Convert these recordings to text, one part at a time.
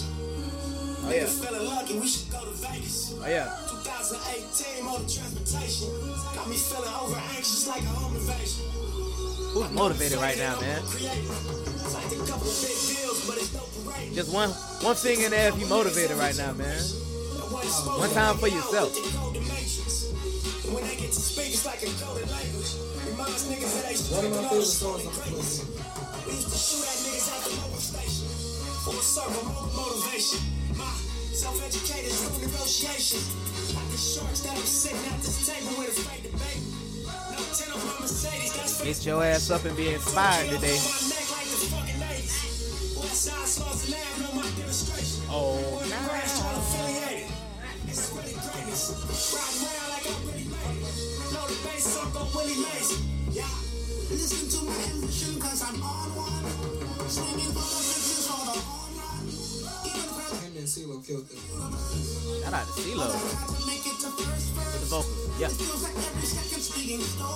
Oh, yeah. Feeling lucky, we should go to Vegas. Oh, yeah. 2018 motor transportation. Got me feeling over anxious like a home invasion. Who's motivated right now, man? Signed a couple of big deals, but it's no parade. Just one one thing in there if you motivated right now, man. One time for yourself. When they get to speak, it's like a coded language. Reminds niggas that they One of my favorite speak songs on about Flip. greatness. We used to shoot at niggas at the motor station. Full circle, mo- motivation. My self-educated through negotiation. Like the sharks that I'm sitting at this table with a fake debate. No ten of my Mercedes, that's for Get your ass up and be inspired today. Oh, Listen to my ambition, cause I'm on one. Screaming for the riches or the home run. Even crazy, Him and CeeLo killed it. Shout out to CeeLo. I got to make it to first The verse. vocals. Yeah. It feels like every second's being stolen. I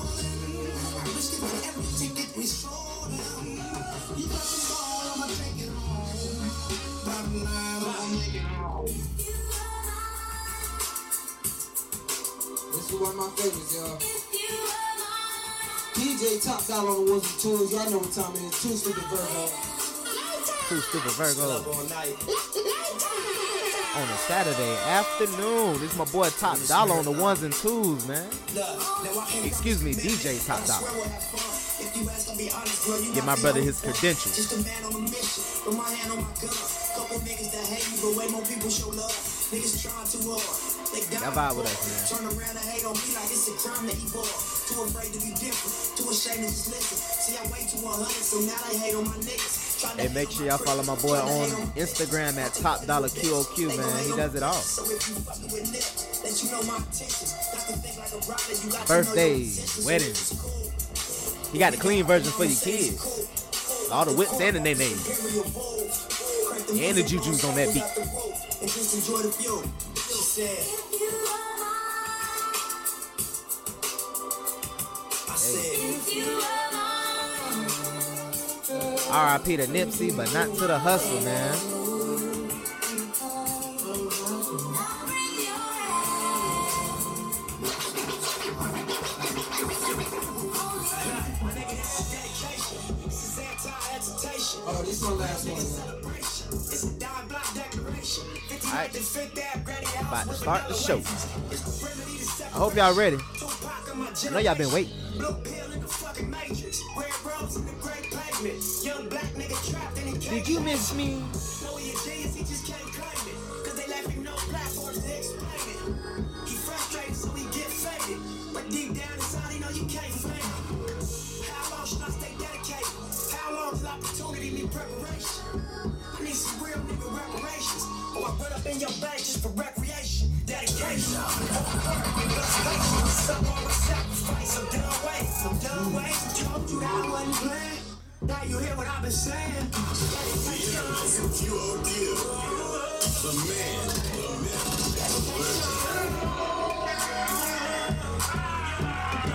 risk it with every ticket we sold. You got the ball, I'ma take it home. Bottom line, I'ma make it home. This is one of my favorites, y'all. DJ Top Dollar on the ones and twos. Y'all know what time it is. Tuesday to Virgo. Two stupid Virgo all night. on a Saturday afternoon. This my boy Top Dollar on the ones and twos, man. Excuse me, DJ Top Dollar. Get my brother his credentials. Just a man on a mission, with my hand on my gun. Couple niggas that hate me, but way more people show love. Niggas trying too hard. They die Y'all vibe with us, man. Turn around and hate on me like it's a crime to evolve. Too afraid to be different, too ashamed to just listen. See, I way too 100, so now they hate on my niggas. Tryna Hey, hate make on sure y'all follow my boy tryna on hate my Instagram at Top Dollar QOQ, man. He does it all. so if you fucking with Nick, let you know my intentions. Got to think like a rider, you got to know your Birthdays, intentions. weddings. He got the clean version for your kids. All the whips and the name names. And the juju's on that beat. And just enjoy the view. She said. I said, R.I.P. to Nipsey, but not to the hustle, man. this is anti-agitation. Oh, this one last one. man. It's a dime block declaration. Fifty Alright. to fifth Ave, granny house About to with start the show. It's the remedy to separation. I hope y'all ready. Tupac of my I know y'all been waiting. Blue pill in the fucking matrix. Red rose in the great pavement. Young black nigga trapped in the cage. Did you miss me? No, he a genius, he just can't claim it. Cause they left him no platforms to explain it. He frustrated, so he get faded. But deep down inside, he know you can't fake it. How long should I stay dedicated? How long does opportunity need preparation? I need some real nigga reparations. Or I run up in your bank just for recreation. Dedication. Some all my sacrifice. I'm done waiting. I'm done waiting. Told you that I wasn't playing. Now you hear what I've been saying.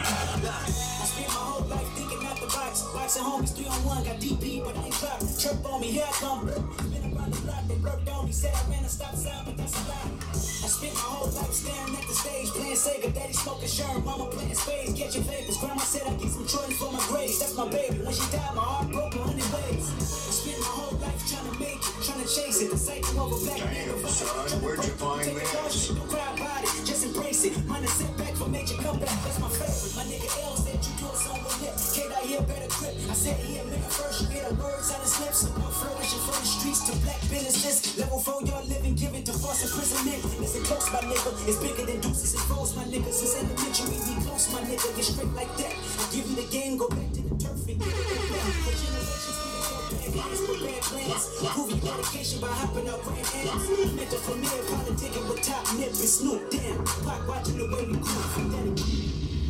Spent my whole life thinking out the box. Boxing homies, three on one, got DP, but I ain't drop. Trip on me, here I come. Been around the block, they worked on me. Said I ran a stop sign, but that's a lie. I spent my whole life staring at the stage, playing Sega. Daddy smoking sherm, mama playing spades, catching vapors. Grandma said I get some Jordans for my grades. That's my baby. When she died, my heart broke a hundred ways. I spent my whole life trying to make it, trying to chase it. The cycle of a black man. Damn, son, where'd you find Take a this? caution. Don't cry about it, just embrace it. Minor setback for major comeback, that's my favorite. My nigga L said you do it so with lip. Can't I hear better grip? I said here, nigga, first you hear the words out his lips. I'm flourishing from the streets to black businesses. Level four, y'all living, giving to false imprisonment. Listen close, my nigga. It's bigger than deuces and foes, my nigga. Since elementary, we close, my nigga. Get straight like that. I give you the game, go back to the turf and get it back. For generations, we been so bad, honest with bad plans. Proving dedication by hopping up grand hands. Meant to for me, politicking with top nip and Snoop. Damn, Pac watching the way we cool from that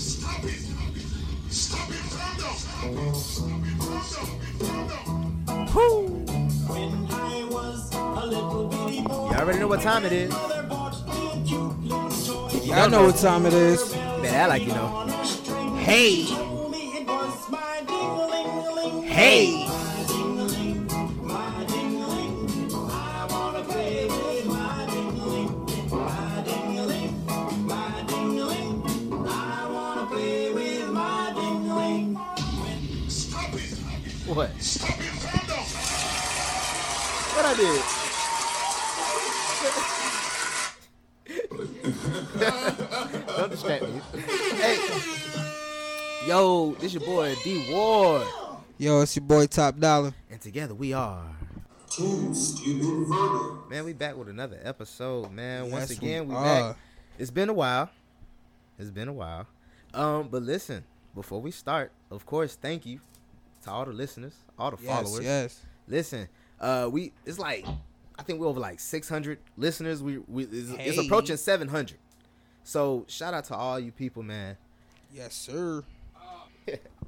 Stop it! Stop it from them! Stop it from them! From them! Woo! When I was a little bitty boy, Y'all already know what time it is. mother bought me a cute little toy. Y'all know what time it is. Man, act like you know. On a string, Hey! told me it was my ding-a-ling-a-ling, Hey! my ding-a-ling, my ding-a-ling. I wanna play with my ding-a-ling. What? Stop it from them. What I did? Don't distract me. Hey. Yo, this your boy D Ward. Yo, it's your boy Top Dollar. And together we are. Two stupid vermin. Man, we back with another episode, man. Once Yes, we again, we, are. back. It's been a while. It's been a while. Um, but listen, before we start, of course, thank you to all the listeners, all the Yes, followers. yes. Listen, uh, we it's like I think we're over like 600 listeners. We we it's, it's Hey. approaching 700. So shout out to all you people, man. Yes, sir.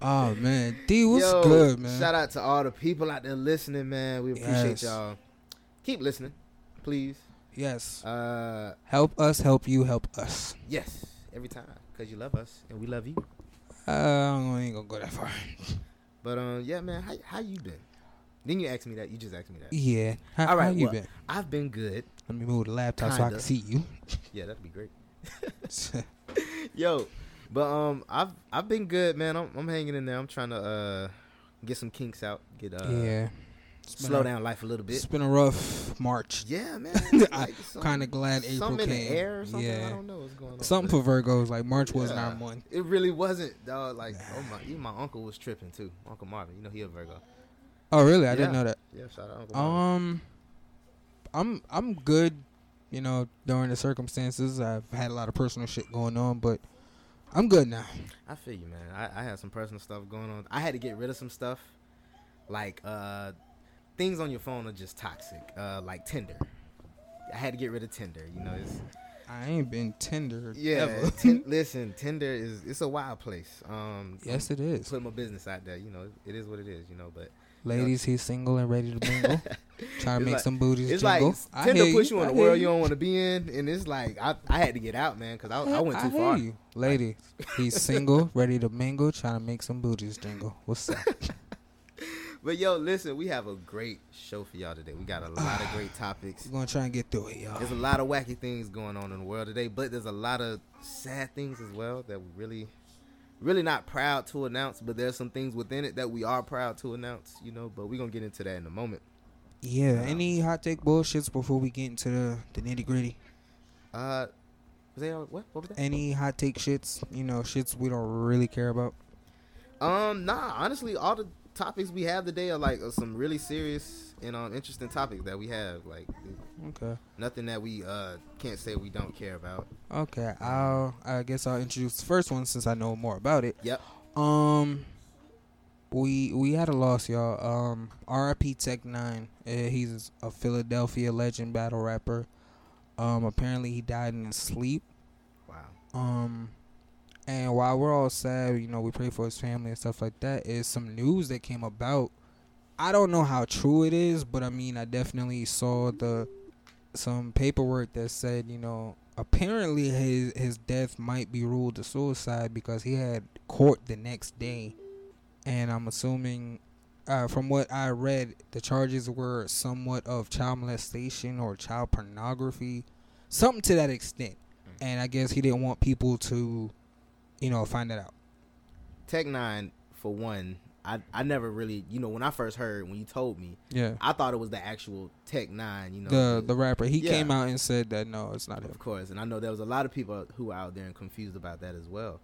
oh man, D, what's Yo, good, man? Shout out to all the people out there listening, man. We appreciate Yes. y'all. Keep listening, please. Yes, Uh, help us, help you, help us. yes, every time because you love us and we love you. Uh, I ain't gonna go that far. But um, yeah, man, how how you been? Then you asked me that. You just asked me that. yeah. How, All right, how you well, been? I've been good. Let me move the laptop so I kinda. Uh, can see you. Yeah, that'd be great. Yo, but um, I've I've been good, man. I'm I'm hanging in there. I'm trying to uh get some kinks out, get uh yeah. It's been slow a- down life a little It's bit. been a rough March. Yeah, man. I'm some- kinda glad April Something in came. the air or something. I Yeah. don't know what's going on. Something for Virgos like March was Yeah. not our month. It really wasn't, dog. Like, oh my, even my uncle was tripping too. Uncle Marvin, you know he a Virgo. Oh really? I Yeah. didn't know that. Yeah, shout out Uncle Marvin. Um, I'm I'm good. You know, during the circumstances, I've had a lot of personal shit going on, but I'm good now. I feel you, man. I, I had some personal stuff going on. I had to get rid of some stuff, like uh, things on your phone are just toxic, uh, like Tinder. I had to get rid of Tinder. You know, it's I ain't been Tinder. yeah. ever. Tin listen, Tinder is it's a wild place. Um, yes, it is. put my business out there. You know, it is what it is. You know, but Ladies, he's single and ready to bingle. Trying to It's make like- some booties it's jingle. like I Tinder hear puts you in I a hear world you don't want to be in, and it's like I, I had to get out, man, because I, I went too hear far. you. Ladies, he's single, ready to mingle, trying to make some booties jingle. What's up? But yo, listen, we have a great show for y'all today. We got a lot of great topics. We're gonna try and get through it, y'all. There's a lot of wacky things going on in the world today, but there's a lot of sad things as well that we really, really not proud to announce. But there's some things within it that we are proud to announce, you know. But we're gonna get into that in a moment. Yeah. Any hot take bullshits before we get into the, the nitty gritty? Uh, was they all, what? What was that? Any hot take shits? You know, shits we don't really care about. Um, nah. Honestly, all the topics we have today are like are some really serious and um interesting topics that we have. Like Okay. nothing that we uh can't say we don't care about. Okay. I'll. I guess I'll introduce the first one since I know more about it. Yep. Um, we we had a loss, y'all. Um, R.I.P. Tech Nine. Uh, he's a Philadelphia legend battle rapper. Um, apparently he died in his sleep. Wow. Um, and while we're all sad, you know, we pray for his family and stuff like that. Is some news that came about. I don't know how true it is, but I mean, I definitely saw the some paperwork that said, you know, apparently his his death might be ruled a suicide because he had court the next day, and I'm assuming. Uh, from what I read, the charges were somewhat of child molestation or child pornography, something to that extent Mm. and I guess he didn't want people to, you know, find that out. Tech Nine, for one, I I never really, you know, when I first heard when you told me, Yeah, I thought it was the actual Tech Nine, you know, the the rapper he Yeah. came out and said that no, it's not him. of course. And I know there was a lot of people who were out there and confused about that as well.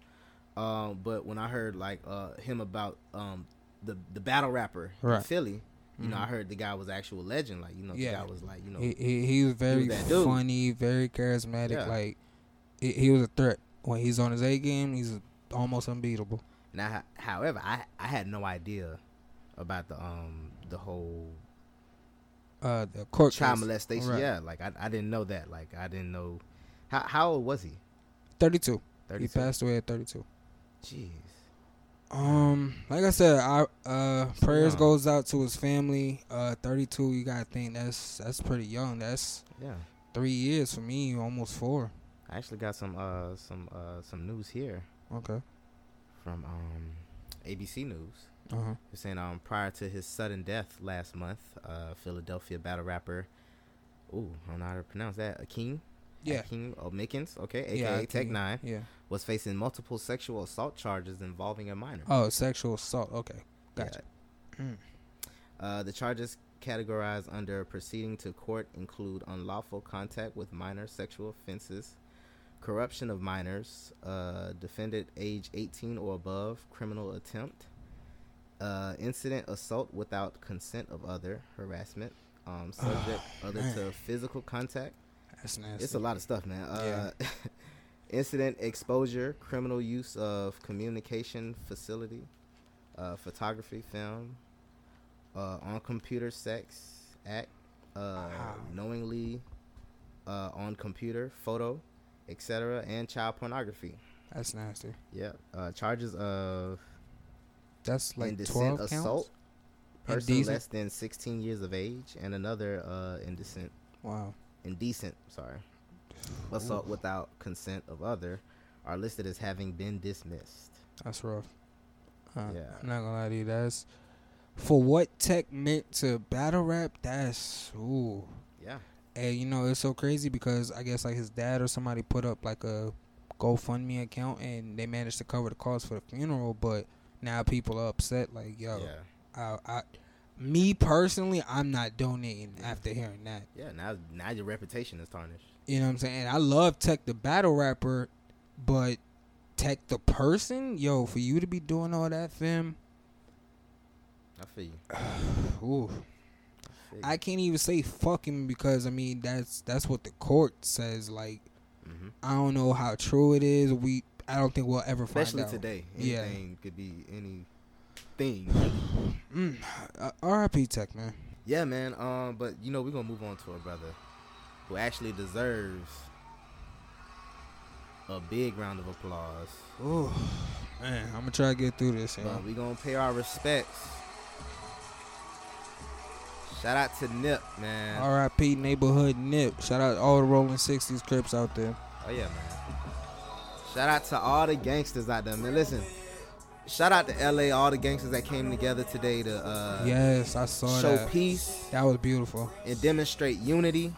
Um, but when I heard like uh, him about um, the the battle rapper in Right. Mm-hmm. Philly, you know, I heard the guy was actual legend. Like you know, the Yeah. guy was like you know, He he, he was very that dude. funny, very charismatic. Yeah. Like he, he was a threat when he's on his A game. He's almost unbeatable. Now, however, I I had no idea about the um the whole Uh, the court child case. molestation. Right. Yeah, like I I didn't know that. Like I didn't know how how old was he? 32. He 32? passed away at thirty two. Jeez. Um, like I said, I uh prayers young. goes out to his family. Uh, thirty two. You gotta think that's that's pretty young. That's Yeah. three years for me, almost four. I actually got some uh some uh some news here Okay. from um ABC News. Uh huh. They're saying um prior to his sudden death last month, uh Philadelphia battle rapper Ooh, I don't know how to pronounce that. Akeem? Yeah. Akeem Omikins, okay, aka yeah, I Tech can- Nine, Yeah. was facing multiple sexual assault charges involving a minor. Oh, sexual assault. Okay, Yeah. Mm. gotcha. Uh, the charges categorized under proceeding to court include unlawful contact with minor sexual offenses, corruption of minors, uh, defendant age 18 or above, criminal attempt, uh, incident assault without consent of other, harassment, um, subject other to physical contact. That's nasty. It's a lot of stuff, man. Uh, incident exposure, criminal use of communication facility, uh, photography, film, uh, on computer sex act, uh, knowingly uh, on computer photo, etc., and child pornography. That's nasty. Yeah, uh, charges of That's like indecent twelve counts. assault. Person Indecent? less than 16 years of age, and another uh, indecent Wow. indecent, sorry, assault without consent of other are listed as having been dismissed. That's rough. Uh, Yeah. I'm not gonna lie to you. That's for what tech meant to battle rap. That's ooh. Yeah. And you know it's so crazy because I guess like his dad or somebody put up like a GoFundMe account and they managed to cover the cost for the funeral, but now people are upset. Like yo, Yeah. I, I, me personally, I'm not donating after hearing that. Yeah. Now, now your reputation is tarnished. You know what I'm saying? I love Tech the battle rapper, but Tech the person, yo, for you to be doing all that, fam, I feel you. ooh. feel you. I can't even say fuck him because I mean that's that's what the court says. Like Mhm. I don't know how true it is. We I don't think we'll ever Especially find out. today, Yeah. anything could be anything. Uh, R.I.P. Tech man. yeah, man. Um, but you know we're gonna move on to a brother who actually deserves a big round of applause. Ooh, man, I'm gonna try to get through this. But Yo. we gonna pay our respects. Shout out to Nip, man. R.I.P. Neighborhood Nip. Shout out to all the Rolling Sixties Crips out there. Oh yeah, man. Shout out to all the gangsters out there, man. Listen, shout out to LA, all the gangsters that came together today to uh, Yes, I saw show that. peace That was beautiful. and demonstrate unity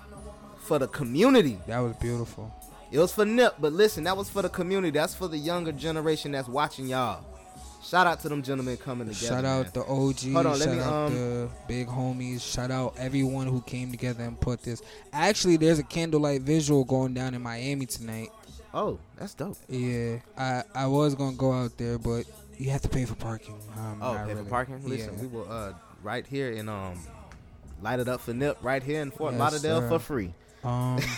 for the community. That was beautiful. It was for Nip, but listen, that was for the community. That's for the younger generation that's watching y'all. Shout out to them gentlemen coming together. shout man. out the OG. Hold on, let shout me, out um, the big homies. Shout out everyone who came together and put this. Actually, there's a candlelight visual going down in Miami tonight. Oh, that's dope. Yeah, I I was gonna go out there, but you have to pay for parking. Um, Oh, not pay really. for parking. Listen, yeah. we will uh right here in um light it up for Nip right here in Fort Yes, Lauderdale sir. for free. um,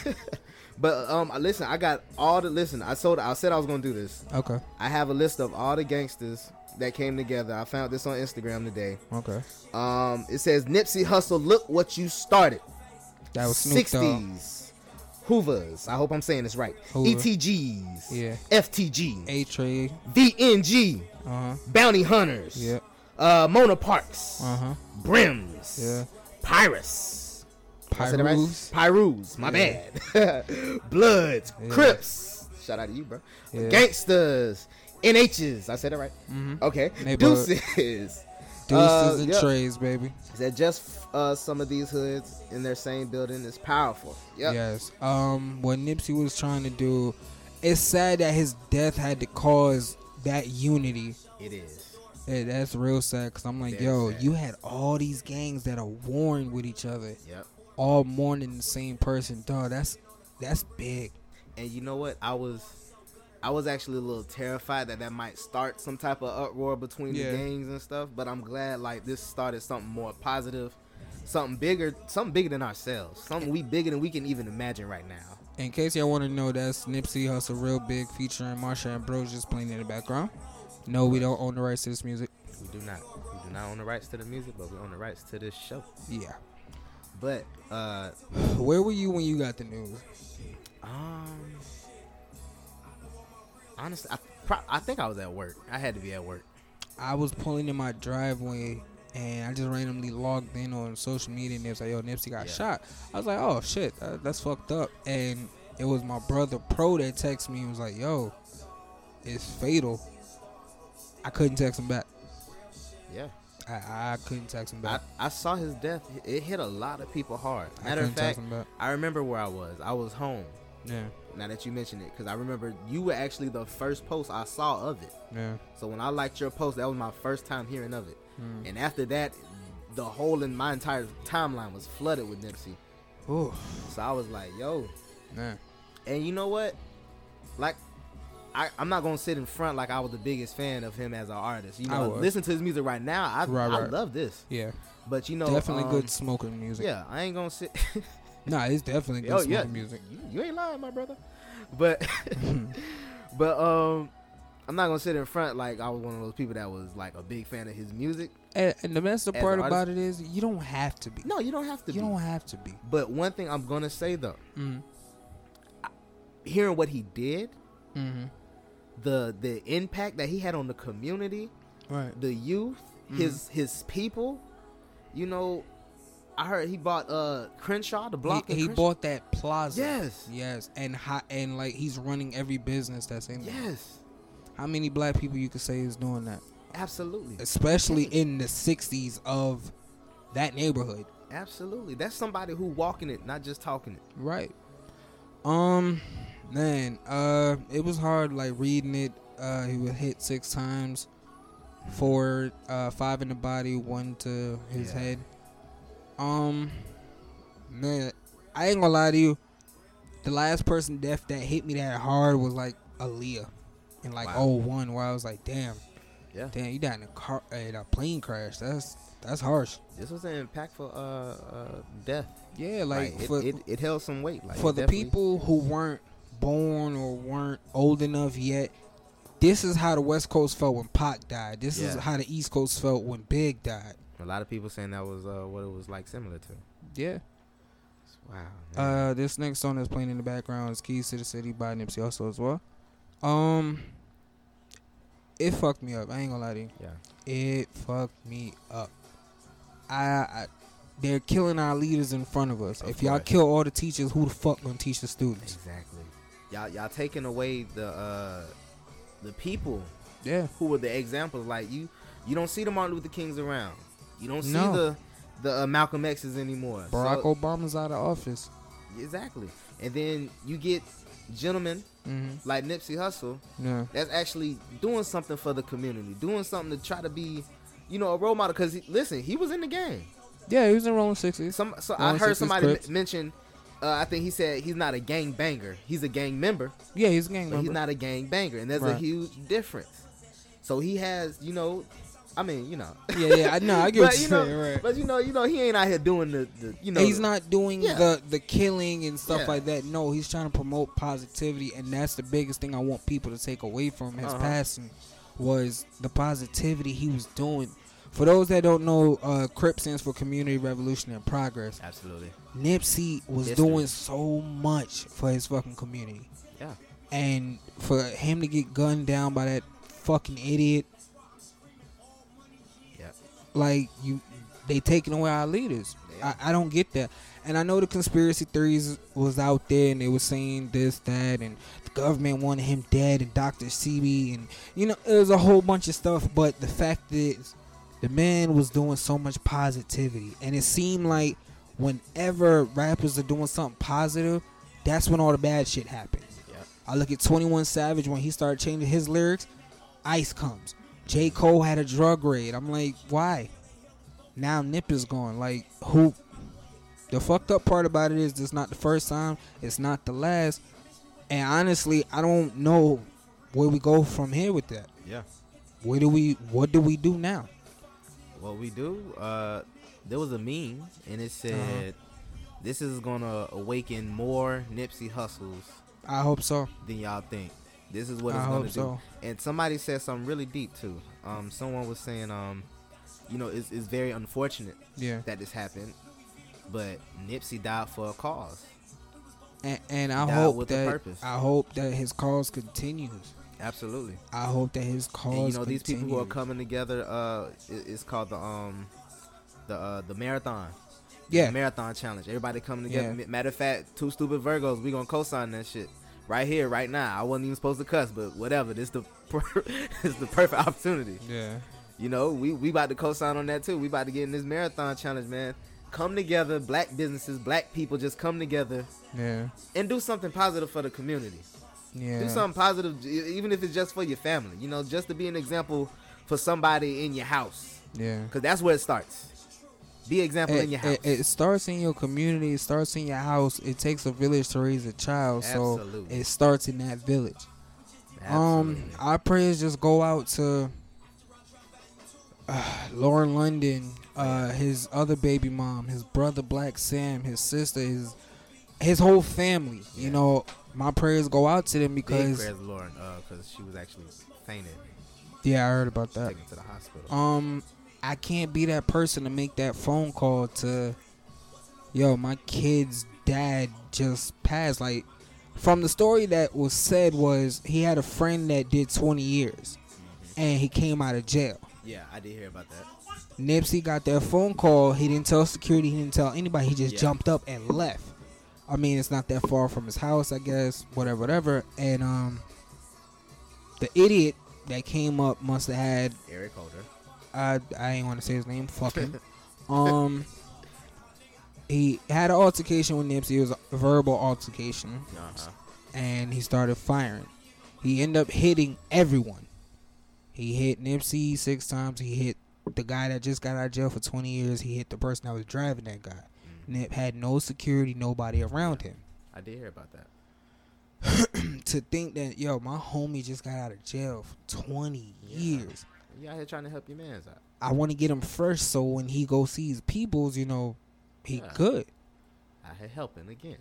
But um, listen, I got all the listen. I sold. I said I was gonna do this. okay, I have a list of all the gangsters that came together. I found this on Instagram today. okay. Um, it says Nipsey Hustle. Look what you started. That was Snoop Dogg. Sixties. Hoovers. I hope I'm saying this right. E Hoover. ETGs. Yeah. FTG. A Trade. VNG. Uh huh. Bounty Hunters. Yep. Uh, Mona Parks. Uh-huh. Brims. Yeah. Pyrus. I said it right? Pyrus. Pyrus, my bad. Bloods, Crips. Shout out to you, bro. Yeah. Gangsters, NHs. I said it right. Mm-hmm. Okay. Neighborhood. Deuces. Deuces Uh, and yeah. Trays, baby. That just uh, some of these hoods in their same building is powerful. Yep. Yeah. Yes. Um, what Nipsey was trying to do, it's sad that his death had to cause that unity. It is. Eh, that's real sad because I'm like, Very yo, sad. you had all these gangs that are warring with each other, Yep. all mourning the same person. Dog, that's that's big. And you know what? I was, I was actually a little terrified that that might start some type of uproar between Yeah. the gangs and stuff. But I'm glad like this started something more positive, something bigger, something bigger than ourselves, something we bigger than we can even imagine right now. In case y'all want to know, that's Nipsey Hustle, real big, featuring Marsha Ambrosius playing in the background. No, we don't own the rights to this music. We do not. We do not own the rights to the music, but we own the rights to this show. Yeah. But uh Where were you when you got the news? um honestly, I, pro- I think I was at work. I had to be at work. I was pulling in my driveway and I just randomly logged in on social media and it was like, yo, Nipsey got Yeah. shot. I was like, oh shit, uh, that's fucked up. And it was my brother Pro that texted me and was like, yo, it's fatal. I couldn't text him back. Yeah. I, I couldn't text him I, back. I saw his death. It hit a lot of people hard. I Matter of couldn't tell fact, him that. I remember where I was. I was home. yeah, Now that you mention it, because I remember you were actually the first post I saw of it. yeah. Hmm. So when I liked your post, that was my first time hearing of it. And after that, the whole in my entire timeline was flooded with Nipsey. Ooh, So I was like, yo, man. and you know what? Like, I, I'm not gonna sit in front like I was the biggest fan of him as an artist. You I know, was. listen to his music right now. I, Right, I right. love this, Yeah, but you know, definitely um, good smoking music. Yeah, I ain't gonna sit. Nah, it's definitely good oh smoking yeah, music. You, you ain't lying, my brother. But, but um, I'm not gonna sit in front like I was one of those people that was like a big fan of his music. And, and the best As part an about it is you don't have to be. No, you don't have to. you be. don't have to be. But one thing I'm gonna say though, Mm. hearing what he did, Mm-hmm. the the impact that he had on the community, Right. the youth, Mm-hmm. his his people, you know, I heard he bought uh Crenshaw, the block. He, in he Crenshaw. bought that plaza. Yes. Yes. And hot and like he's running every business that's in there. Yes, How many black people you could say is doing that? absolutely, Especially in the '60s of that neighborhood. absolutely. That's somebody who walking it, not just talking it. Right. Um, man, uh, it was hard like reading it. Uh, he was hit six times, four, uh, five in the body, one to his Yeah. head. Um, man, I ain't gonna lie to you. The last person death that hit me that hard was like Aaliyah, in like Wow. oh one, where I was like, damn, Yeah. damn, you died in a car, in a plane crash. That's that's harsh. This was an impactful uh, uh death. Yeah, like, it, for, it, it held some weight. Like for it the definitely- people who weren't born or weren't old enough yet, this is how the West Coast felt when Pac died. This is Yeah. how the East Coast felt when Big died. a lot of people saying that was uh what it was like similar to. Yeah. Wow. man. Uh, this next song that's playing in the background is "Keys to the City" by Nipsey also as well. Um, it fucked me up. I ain't gonna lie to you. yeah. It fucked me up. I, I they're killing our leaders in front of us. Of if y'all course. kill all the teachers, who the fuck gonna teach the students? Exactly. Y'all y'all taking away the uh the people Yeah. who were the examples. Like you you don't see the Martin Luther Kings around. You don't see No. the the uh, Malcolm X's anymore. Barack So- Obama's out of office. exactly. And then you get gentlemen Mm-hmm. like Nipsey Hussle Yeah. that's actually doing something for the community, doing something to try to be, you know, a role model. Because listen, he was in the game. Yeah, he was in Rolling Sixties. Some so Rolling I heard Sixties somebody Crips. m- mention. Uh, I think he said he's not a gang banger. He's a gang member. Yeah, he's a gang but he's member. not a gang banger, and there's a Right. huge difference. So he has, you know, I mean, you know, yeah, yeah, I know. I get what you you're know, saying. Right. but you know, you know, he ain't out here doing the, the you know, he's not doing Yeah. the the killing and stuff Yeah. like that. No, he's trying to promote positivity, and that's the biggest thing I want people to take away from his Uh-huh. passing was the positivity he was doing. For those that don't know, uh, CRIP stands for Community Revolution and Progress. absolutely, Nipsey was History. doing so much for his fucking community. yeah, and for him to get gunned down by that fucking idiot. Yeah. Like you, they taking away our leaders. Yeah. I, I don't get that. And I know the conspiracy theories was out there, and they were saying this, that, and the government wanted him dead, and Doctor CB, and you know, it was a whole bunch of stuff. But the fact is, the man was doing so much positivity, and it seemed like whenever rappers are doing something positive, that's when all the bad shit happens. yeah, I look at 21 Savage when he started changing his lyrics, Ice comes. J. Cole had a drug raid. I'm like, why? Now Nip is gone. Like, who? The fucked up part about it is this not the first time, it's not the last. And honestly, I don't know where we go from here with that. yeah. Where do we what do we do now? What we do? Uh, there was a meme, and Uh-huh. it said, "This is gonna awaken more Nipsey Hustles I hope so. than y'all think." This is what I it's hope gonna so. do. And somebody said something really deep too. Um, someone was saying, um, you know, it's, it's very unfortunate Yeah. that this happened, but Nipsey died for a cause. And, and I Died hope with a that purpose. I hope that his cause continues. Absolutely. I hope that his cause And you know these people who are continues. coming together. Uh, it- it's called the um, the uh, the marathon. Yeah. The marathon challenge. Everybody coming together. Yeah. Matter of fact, two stupid Virgos. We gonna co-sign that shit right here, right now. I wasn't even supposed to cuss, but whatever. This the per- this the perfect opportunity. Yeah. You know, we we about to co-sign on that too. We about to get in this marathon challenge, man. Come together, black businesses, black people, just come together Yeah. and do something positive for the community. Yeah. Do something positive, e- even if it's just for your family. You know, just to be an example for somebody in your house, Yeah. because that's where it starts. Be an example in It, your house. it, it starts in your community. It starts in your house. It takes a village to raise a child. So Absolutely. it starts in that village. Absolutely. Um, our prayers just go out to uh, Lauren London, uh, his other baby mom, his brother Black Sam, his sister, his his whole family. You know, my prayers go out to them Big because prayers, Lauren, because she was actually fainted, yeah, I heard about that. taken to the hospital. Um, I can't be that person to make that phone call to, yo, my kid's dad just passed. Like, from the story that was said was he had a friend that did 20 years, and he came out of jail. yeah, I did hear about that. Nipsey got that phone call. He didn't tell security. He didn't tell anybody. He just Yeah. jumped up and left. I mean, it's not that far from his house, I guess. Whatever, whatever. And um, the idiot that came up must have had Eric Holder. I I ain't want to say his name. Fuck him. Um, he had an altercation with Nipsey. It was a verbal altercation, Uh-huh. and he started firing. He ended up hitting everyone. He hit Nipsey six times. He hit the guy that just got out of jail for 20 years. He hit the person that was driving that guy. Nip had no security, nobody around him. I did hear about that. To think that, yo, my homie just got out of jail for 20 years. You out here trying to help your man's out. I want to get him first, so when he goes see his peoples, you know, he Yeah. good Out here helping again,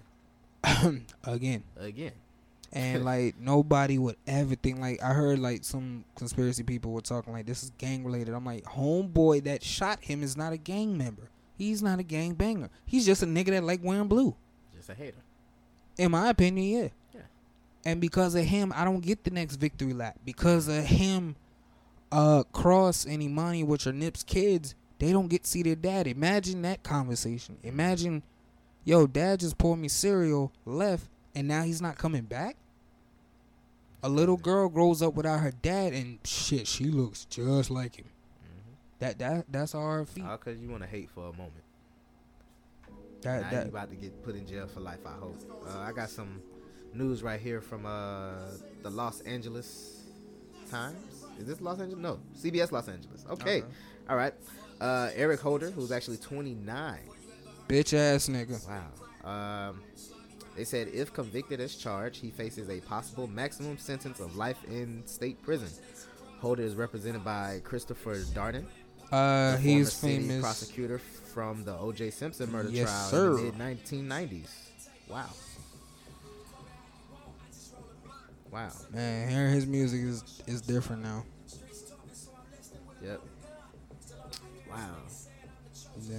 again. again. And like nobody would ever think like I heard like some conspiracy people were talking like this is gang related. I'm like homeboy that shot him is not a gang member. He's not a gang banger. He's just a nigga that like wearing blue. Just a hater. In my opinion, yeah. Yeah. And because of him, I don't get the next victory lap. Because of him, uh, Cross and Imani, which are Nip's kids, they don't get to see their dad. Imagine that conversation. Imagine, yo, dad just poured me cereal, left, and now he's not coming back. A little girl grows up without her dad, and shit, she looks just like him. Mm-hmm. That that that's our feet. All because you want to hate for a moment. That Now you that about to get put in jail for life, I hope. Uh, I got some news right here from uh, the Los Angeles Times. Is this Los Angeles? No, CBS Los Angeles. Okay. Okay. All right. Uh, Eric Holder, who's actually 29. bitch ass nigga. Wow. Um, they said if convicted as charged, he faces a possible maximum sentence of life in state prison. Holder is represented by Christopher Darden, Uh, the he's former city famous. prosecutor from the O.J. Simpson murder Yes, trial sir. in the mid 1990s. Wow. Wow. Man, hearing his music is is different now. Yep. Wow. Yeah.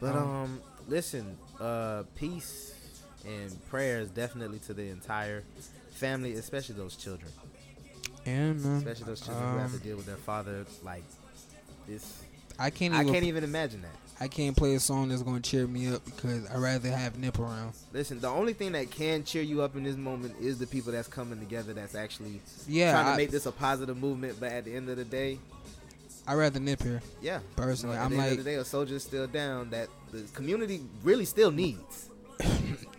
But um, listen, uh, peace and prayers definitely to the entire family, especially those children, Yeah, man. especially those children who have to Um, deal with their father. Like this, I can't I even. I can't e- can't, even imagine that. play a song that's gonna cheer me up because I would rather have Nip around. Listen, the only thing that can cheer you up in this moment is the people that's coming together. That's actually Yeah, trying to I- make this a positive movement. But at the end of the day, I would rather Nip here. yeah, Personally, at I'm the end like- of the day, a soldier's still down that the community really still needs.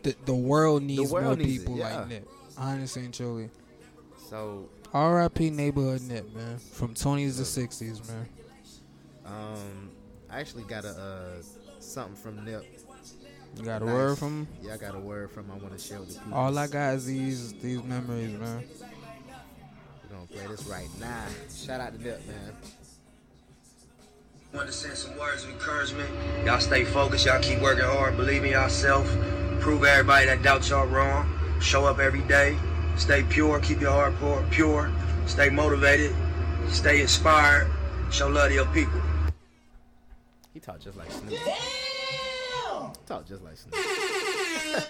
The the world needs world more needs it, people yeah. like Nip. Honestly and truly. So R.I.P. Neighborhood Nip, man. From 20s to 60s, man. Um, I actually got a uh, something from Nip. You got a Nice. word from? 'em? Yeah, I got a word from. I want to share with the people. All I got is these these memories, man. We're gonna play this right now. Shout out to Nip, man. Want to send some words of encouragement. Y'all stay focused. Y'all keep working hard. Believe in yourself. Prove everybody that doubts y'all wrong. Show up every day. Stay pure. Keep your heart pure. pure. Stay motivated. Stay inspired. Show love to your people. He talked just like Snoop. Talk just like Snoop.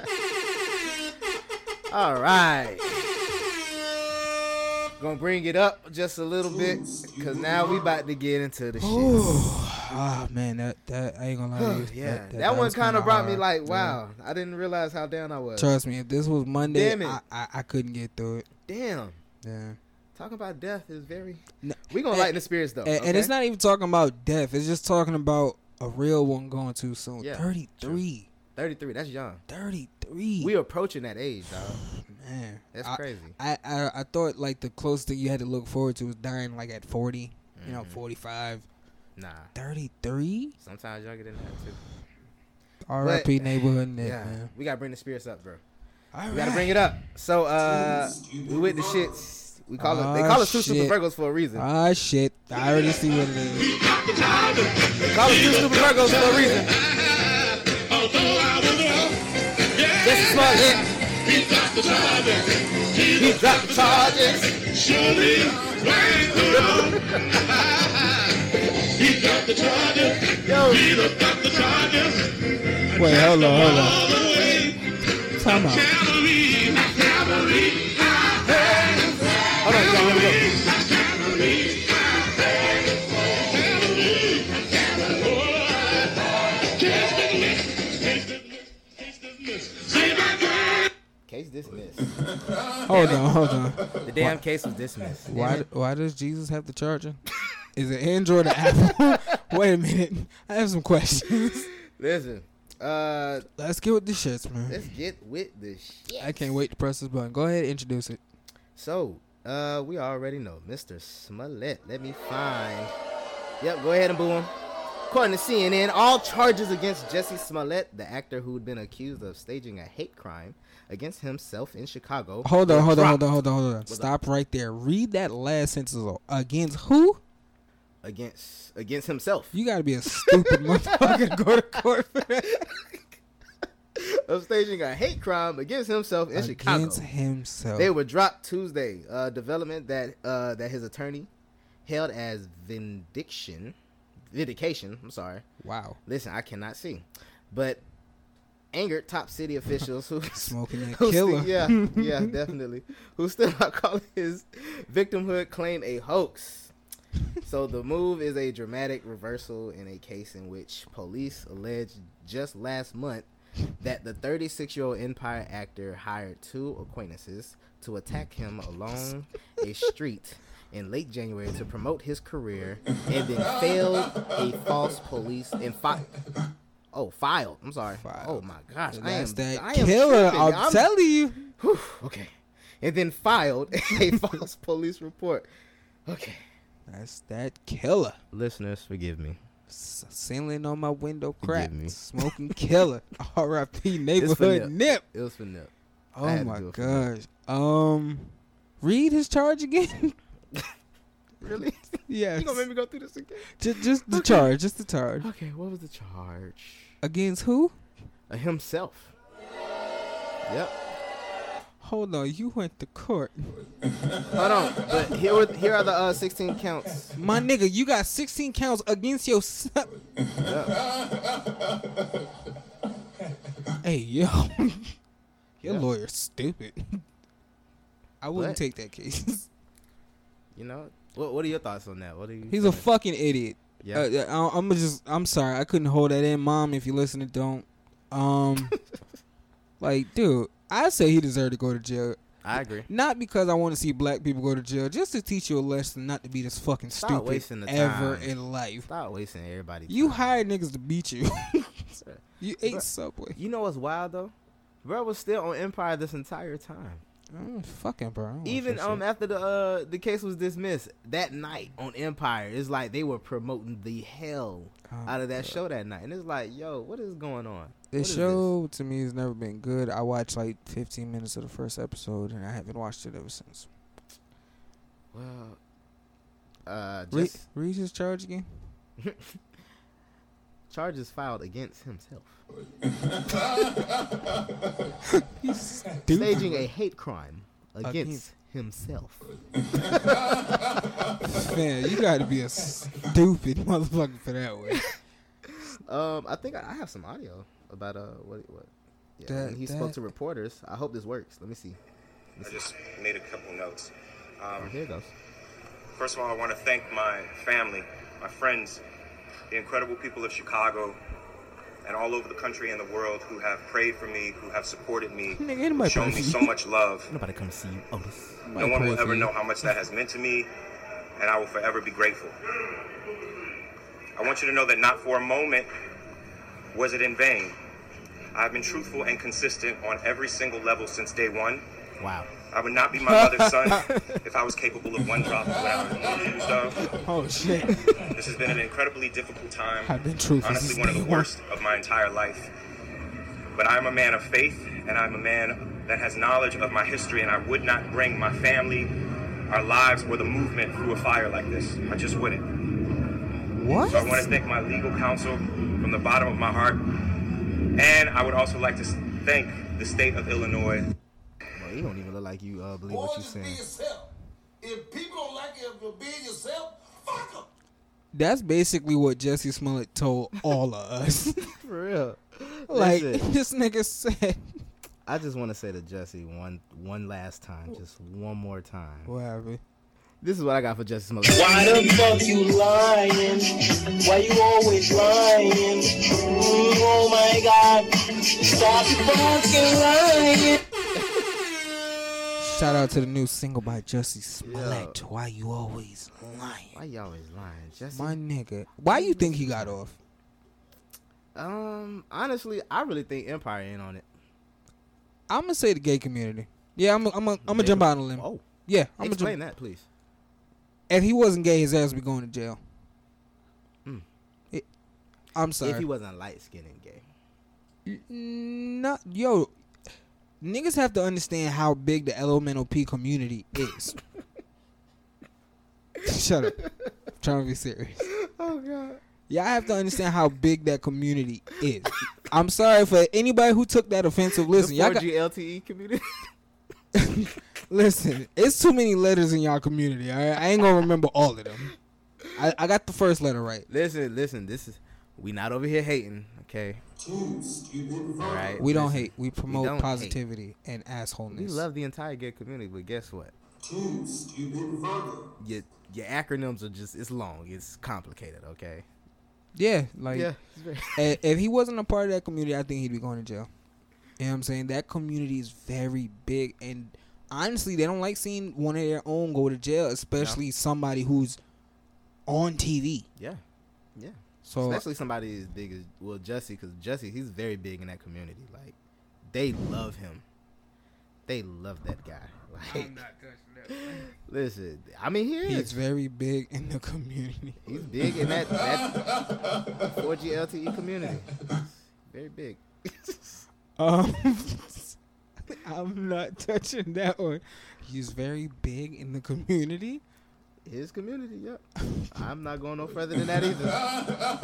All right. Gonna bring it up just a little bit, cause now we about to get into the shit. Ah, man, that that I ain't gonna lie to you. Yeah, that, one was kind of brought me hard. like, Yeah. wow, I didn't realize how down I was. Trust me, if this was Monday, Damn it. I, I I couldn't get through it. Damn, Yeah. talking about death is very. No. We gonna And- lighten the spirits though, And, and it's okay? not even talking about death. It's just talking about a real one going too soon. Yeah, 33. 33. That's young. 33. We approaching that age, dog. Man. That's I, crazy. I, I, Mm-hmm. I thought like the closest thing you had to look forward to was dying like at 40, you know, 45. Nah. 33? Sometimes younger than that too. RIP But- neighborhood Nick, yeah. man. We gotta bring the spirits up, bro. All We gotta bring it up. So uh we with the shits. We call it they call us two Oh, shit. super Virgos for a reason. Ah, shit. I already see what it is. They call us two super Virgos for a reason. This is my hit. He dropped the charges. Yo, Wait, hold on, hold on. Time out. hold on, hold on, hold on. Case dismissed. Hold on, hold on. The damn case was dismissed. Damn Why it. why does Jesus have the charger? Is it Android or Apple? Wait a minute. I have some questions. Listen, uh, Let's get with the shits, man. let's get with this shit. I can't wait to press this button. Go ahead and introduce it. So, uh, we already know Mr. Smollett. Let me find. Yep, go ahead and boo him. According to CNN, all charges against Jesse Smollett, the actor who'd been accused of staging a hate crime against himself in Chicago. Hold on, were hold on, dropped hold on, hold on, hold on. Stop right there. Read that last sentence off. against who? Against against himself. You gotta be a stupid motherfucker to go to court for that. of staging a hate crime against himself in Chicago. Against himself. They were dropped Tuesday. Uh, development that uh, that his attorney held as vindication, vindication. I'm sorry. wow. Listen, I cannot see, but angered top city officials who Smoking that who killer. Still, yeah, yeah, definitely. Who still not calling his victimhood claim a hoax. So the move is a dramatic reversal in a case in which police alleged just last month that the 36-year-old Empire actor hired two acquaintances to attack him along a street in late January to promote his career, and then failed a false police and fi- oh filed. I'm sorry. Oh Filed. my gosh, I am That's that I am killer. tripping. I'm, I'm- telling you. Whew, okay. And then filed a false police report. Okay. That's that killer. Listeners, forgive me. S- Sailing on my window crack. me. Smoking killer. R.I.P. neighborhood nip. nip. It was for nip. I Oh had to my do it for gosh. Um, read his charge again. Really? yes. you gonna make me go through this again? just, just the charge. Just the charge. Okay, what was the charge? Against who? Uh, himself. Yep. Hold on. You went to court, Hold on. But here were here are the uh, 16 counts. my nigga. You got 16 counts against yourself. hey yo, your Yeah. lawyer's stupid. I wouldn't What? take that case. You know. What What are your thoughts on that? What are you? He's a fucking idiot. Yeah. Uh, I, I'm just. I'm sorry. I couldn't hold that in, mom. If you listen to don't. Um. like, dude, I say he deserved to go to jail. I agree. Not because I want to see black people go to jail, just to teach you a lesson not to be this fucking Stop stupid wasting the ever time. in life. Stop wasting everybody. You time. hired niggas to beat you. you ate Bruh. Subway. You know what's wild though? Bro was still on Empire this entire time. Mm, fucking bro. I don't want Even that um shit. after the uh the case was dismissed that night on Empire, it's like they were promoting the hell Oh, out of that show that night, and it's like, yo, what is going on? What this is show to me has never been good. I watched like 15 minutes of the first episode, and I haven't watched it ever This? since. Well, uh, Re- just Reese is charged again. charges filed against himself, Dude. staging a hate crime against, Against- himself. Man, you gotta be a stupid motherfucker for that way. Um, I think I, I have some audio about uh what what. Yeah, That- when he spoke that- to reporters. I hope this works. Let me see. I just made a couple notes. Oh, Um, here it goes. first of all, I want to thank my family, my friends, the incredible people of Chicago, and all over the country and the world who have prayed for me, who have supported me, Nigga, ain't nobody shown me praying for so you. much love. Nobody come see you, Otis. No one will ever know how much that has meant to me, and I will forever be grateful. I want you to know that not for a moment was it in vain. I've been truthful and consistent on every single level since day one, Wow. I would not be my mother's son if I was capable of one drop of what I was accused of. Oh shit. This has been an incredibly difficult time. I've been truthful since Honestly, one of day the one. worst of my entire life. But I'm a man of faith, and I'm a man that has knowledge of my history, and I would not bring my family, our lives, or the movement through a fire like this. I just wouldn't. What? So I want to thank my legal counsel from the bottom of my heart. And I would also like to s- thank the state of Illinois. Well, you don't even look like you uh, believe Boy, what you're just be saying. yourself. If people don't like you if you're being yourself, fuck them. That's basically what Jesse Smollett told all of us. For real. like Listen. this nigga said. I just want to say to Jesse one one last time, just one more time. What happened? This is what I got for Jesse Smollett. Why the fuck you lying? Why you always lying? Mm, Oh my god, stop fucking lying. Shout out to the new single by Jesse Smollett. Why you always lying? Why y'all always lying, Jesse? My nigga. Why you think he got off? Um, honestly, I really think Empire in on it. I'm gonna say the gay community. Yeah, I'm. i I'm. i am I'm gonna They- jump out on a limb. Oh, Yeah, I'm gonna explain jump. that, please. If he wasn't gay, his ass be going to jail. Hmm. It- I'm sorry. If he wasn't light skinned and gay, not yo niggas have to understand how big the elemental p community is shut up I'm trying to be serious oh god, y'all have to understand how big that community is i'm sorry for anybody who took that offensive listen the y'all 4G got, LTE E community. listen it's too many letters in y'all community all right i ain't gonna remember all of them I, I got the first letter right listen, listen, this is we not over here hating, okay? All right, we don't listen, hate we promote don't hate. positivity and assholeness We love the entire gay community, but guess what? Your your acronyms are just it's long, it's complicated, okay? yeah like it's very- if, if he wasn't a part of that community, I think he'd be going to jail. You know what I'm saying? That community is very big, and honestly, they don't like seeing one of their own go to jail, especially somebody who's on TV. yeah, yeah. So Especially somebody as big as well Jesse, because Jesse he's very big in that community. Like they love him, they love that guy. Like, listen, I mean he is. he's very big in the community. He's big in that that 4G LTE E community. Very big. Um, I'm not touching that one. He's very big in the community. His community, yep. I'm not going no further than that either. I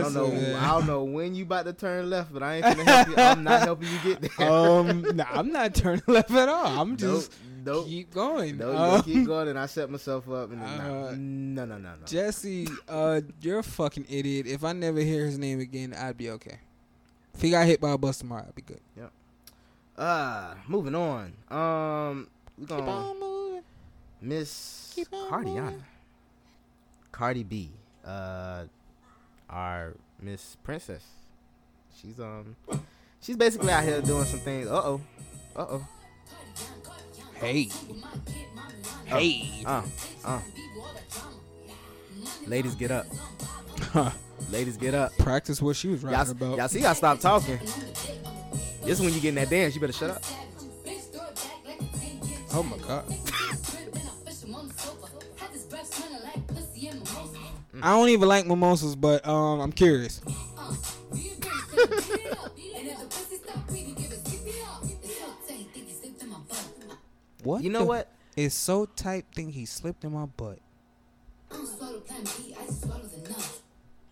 don't know. Listen, man. I don't know when you about to turn left, but I ain't gonna help you. I'm not helping you get there. Um, nah, I'm not turning left at all. I'm nope, just nope. keep going. No, Um, you keep going, and I set myself up, and then, nah. uh, no, no, no, no. Jesse, uh, you're a fucking idiot. If I never hear his name again, I'd be okay. If he got hit by a bus tomorrow, I'd be good. Uh, moving on. Um, we gonna Miss Cardiana, Cardi B, uh, our Miss Princess. She's um, she's basically out here doing some things. Uh oh, uh oh, Hey, hey, uh, uh. Ladies, get up. Ladies, get up. practice what she was Y'all, rapping about. y'all see, I stopped talking. This is when you get in that dance. You better shut up. oh my god, I don't even like mimosas, but um, I'm curious. What You know the- what? It's so tight. Thing he slipped in my butt.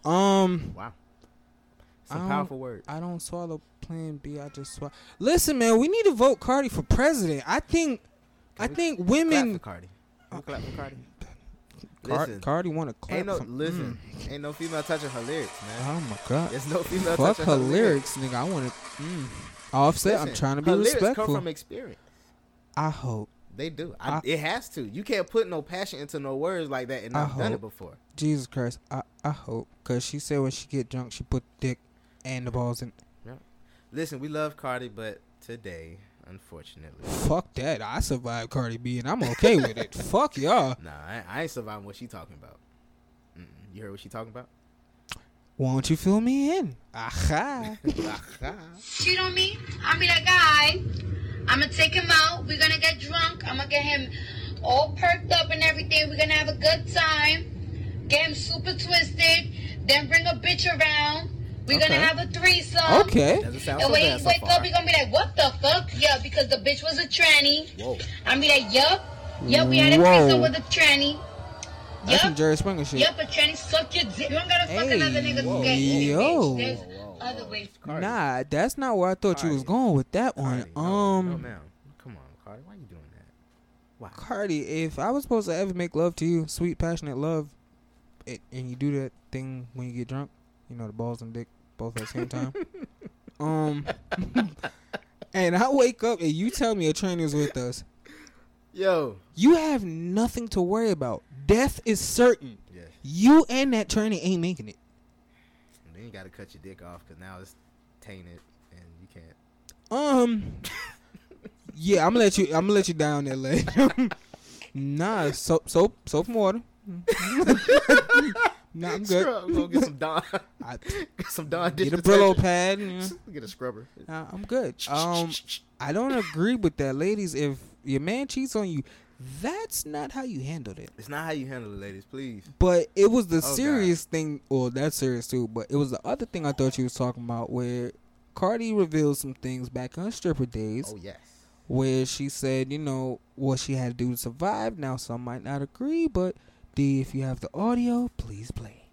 Um, Wow, I some don't- powerful words. I don't swallow Plan B. I just swallow. Listen, man, we need to vote Cardi for president. I think, I we think Clap women. for Cardi. Can we clap for Cardi. Car- Listen. Cardi want to clap. Ain't no some- listen. Ain't no female touching her lyrics, Mm. man. Oh my god. There's no female Fuck touching her lyrics, nigga. I want to. Mm. Offset. I'm Listen, trying to be her Lyrics come respectful. from experience. I hope. They do. I, I- it has to. You can't put no passion into no words like that and I not done hope. it before. Jesus Christ. I I hope. Cause she said when she get drunk, she put the dick and the balls in. Listen, we love Cardi, but today, unfortunately, Fuck that. I survived Cardi B, and I'm okay with it. Fuck y'all. nah, I, I ain't surviving what she talking about. Mm-mm. You heard what she talking about? Won't you fill me in? Aha. Ah, cheat on me, I'll be that guy. I'm gonna take him out. We're gonna get drunk. I'm gonna get him all perked up and everything. We're gonna have a good time. Get him super twisted. Then bring a bitch around. We're Okay. gonna have a threesome. Okay. Doesn't sound And so when bad he so wake far. up, he gonna be like, "What the fuck?" Yeah, because the bitch was a tranny. Whoa. I be like, "Yup, yup, we had a Whoa. threesome with a tranny." That's some Yup. Jerry Springer shit. Yup, a tranny suck your dick. You don't gotta fuck Hey, another nigga's whoa, dick, you yo. bitch. There's other ways. Cardi. Nah, that's not where I thought you was going with that one. Cardi, no, um, no, ma'am. come on, Cardi, why you doing that? Cardi, if I was supposed to ever make love to you, sweet, passionate love, it, and you do that thing when you get drunk, you know, the balls and dick both at the same time. um, and I wake up and you tell me a trainer's with us. Yo, You have nothing to worry about. Death is certain. Yeah. You and that trainer ain't making it. and then you gotta cut your dick off because now it's tainted and you can't. Um. yeah, I'm gonna let you. I'm gonna let you down there, leg. nah, soap, soap, soap and water. nah, I'm good. Scrub, go get some Dawn. I- get some Dawn dish Get a Brillo detergent. pad. you know. Get a scrubber. Nah, I'm good. Um, I don't agree with that, ladies. If your man cheats on you, that's not how you handled it. It's not how you handle it, ladies. Please. But it was the Oh, God. serious thing. Well, that's serious too. But it was the other thing I thought you was talking about, where Cardi revealed some things back in her stripper days. Oh yes. where she said, you know, what she had to do to survive. Now, some might not agree, but D, if you have the audio, please play.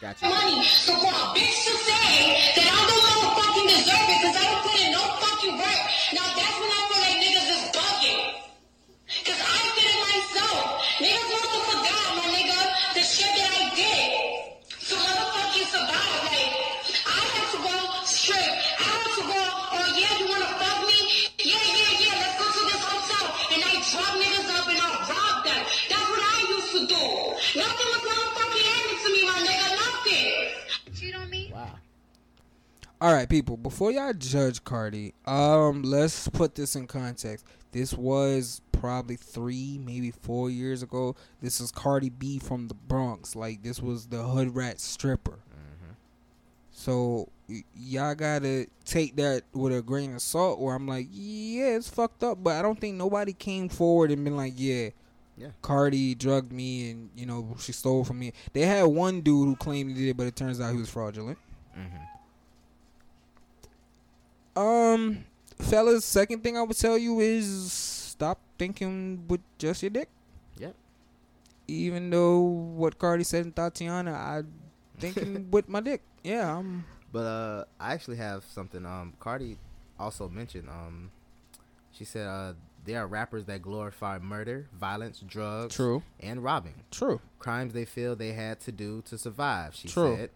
Gotcha. money. So for a bitch to say that I don't motherfucking deserve it because I don't put in no fucking work, now that's when I feel like niggas is bugging. Because I did it myself. Niggas must have forgot, my nigga, the shit that I did to motherfucking survive. Like, I had to go strip. I had to go, oh yeah, you want to fuck me? Yeah, yeah, yeah, let's go to this hotel. And I drug niggas up and I robbed them. That's what I used to do. Nothing was motherfucking happening to me, my nigga. Nothing. Cheat on me? All right, people, before y'all judge Cardi, um, let's put this in context. This was probably three, maybe four years ago. This is Cardi B from the Bronx. Like, this was the hood rat stripper. So, y- y'all gotta take that with a grain of salt where I'm like, yeah, it's fucked up, but I don't think nobody came forward and been like, yeah. Yeah. Cardi drugged me and you know she stole from me. They had one dude who claimed he did, it, but it turns out he was fraudulent. Um, fellas, second thing I would tell you is stop thinking with just your dick. Yep. Even though what Cardi said in Tatiana, I thinking with my dick. Yeah, I'm. But uh, I actually have something. Um, Cardi also mentioned. Um, she said uh, there are rappers that glorify murder, violence, drugs, True. and robbing, True. crimes they feel they had to do to survive. She True. said.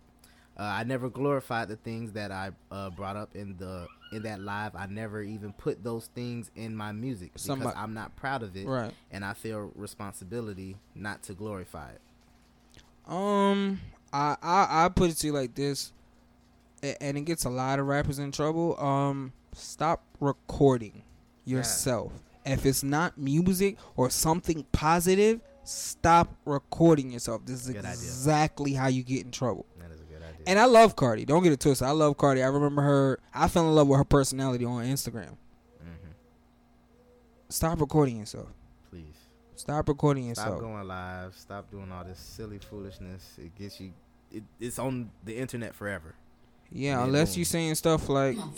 Uh, I never glorified the things that I uh, brought up in the in that live. I never even put those things in my music because Somebody- I'm not proud of it, Right. and I feel responsibility not to glorify it. Um, I I I put it to you like this, a- and it gets a lot of rappers in trouble. Um, stop recording yourself. If it's not music or something positive, stop recording yourself. This is Good idea. exactly how you get in trouble. That is a good idea. And I love Cardi. Don't get it twisted. I love Cardi. I remember her. I fell in love with her personality on Instagram. Mm-hmm. Stop recording yourself. Please. Stop recording Stop yourself. going live. Stop doing all this silly foolishness. It gets you. It, it's on the internet forever. yeah, Yeah, unless don't. you saying stuff like I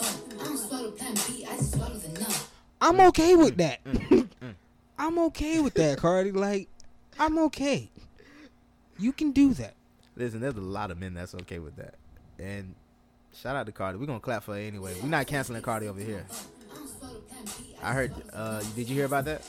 don't swallow plan B, I swallow the nut. I'm okay Mm, with that. I'm okay with that, Cardi. Like, I'm okay. You can do that. Listen, there's a lot of men that's okay with that. And shout out to Cardi. We're gonna clap for her anyway. We're not canceling Cardi over here. I heard. Uh, did you hear about that?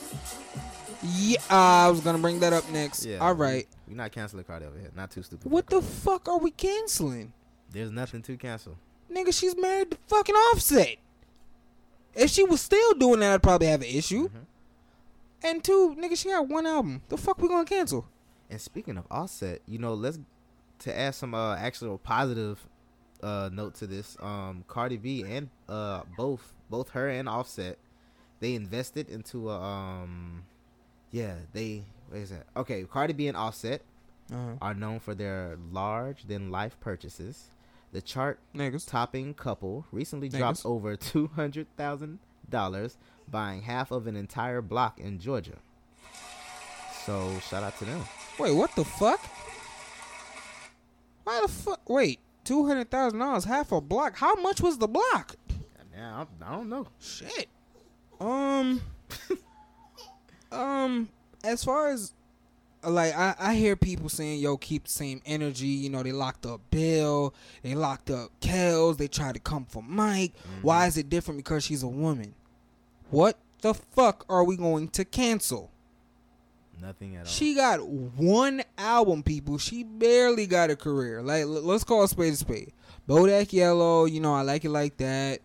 Yeah, I was gonna bring that up next. All right. we- We're not canceling Cardi over here. Not too stupid. What for the Cardi. fuck are we canceling? There's nothing to cancel. Nigga, she's married to fucking Offset. If she was still doing that, I'd probably have an issue. And two, nigga, she got one album. The fuck we gonna cancel? And speaking of offset, you know, let's to add some uh, actual positive uh, note to this. Um, Cardi B and uh, both both her and Offset, they invested into a um, yeah, they what is that? Okay, Cardi B and Offset Uh-huh. are known for their large than life purchases. The chart Niggas. topping couple recently Niggas. dropped over two hundred thousand dollars, buying half of an entire block in Georgia. So shout out to them. Wait, what the fuck? Why the fuck? Wait, two hundred thousand dollars, half a block. How much was the block? Yeah, I, I don't know. Shit. Um. um. As far as like, I I hear people saying, "Yo, keep the same energy." You know, they locked up Bill, they locked up Kells, they tried to come for Mike. Why is it different because she's a woman? What the fuck are we going to cancel? Nothing at all. She got one album, people. She barely got a career. Like, l- let's call a spade a spade. Bodak Yellow, you know, I like it like that.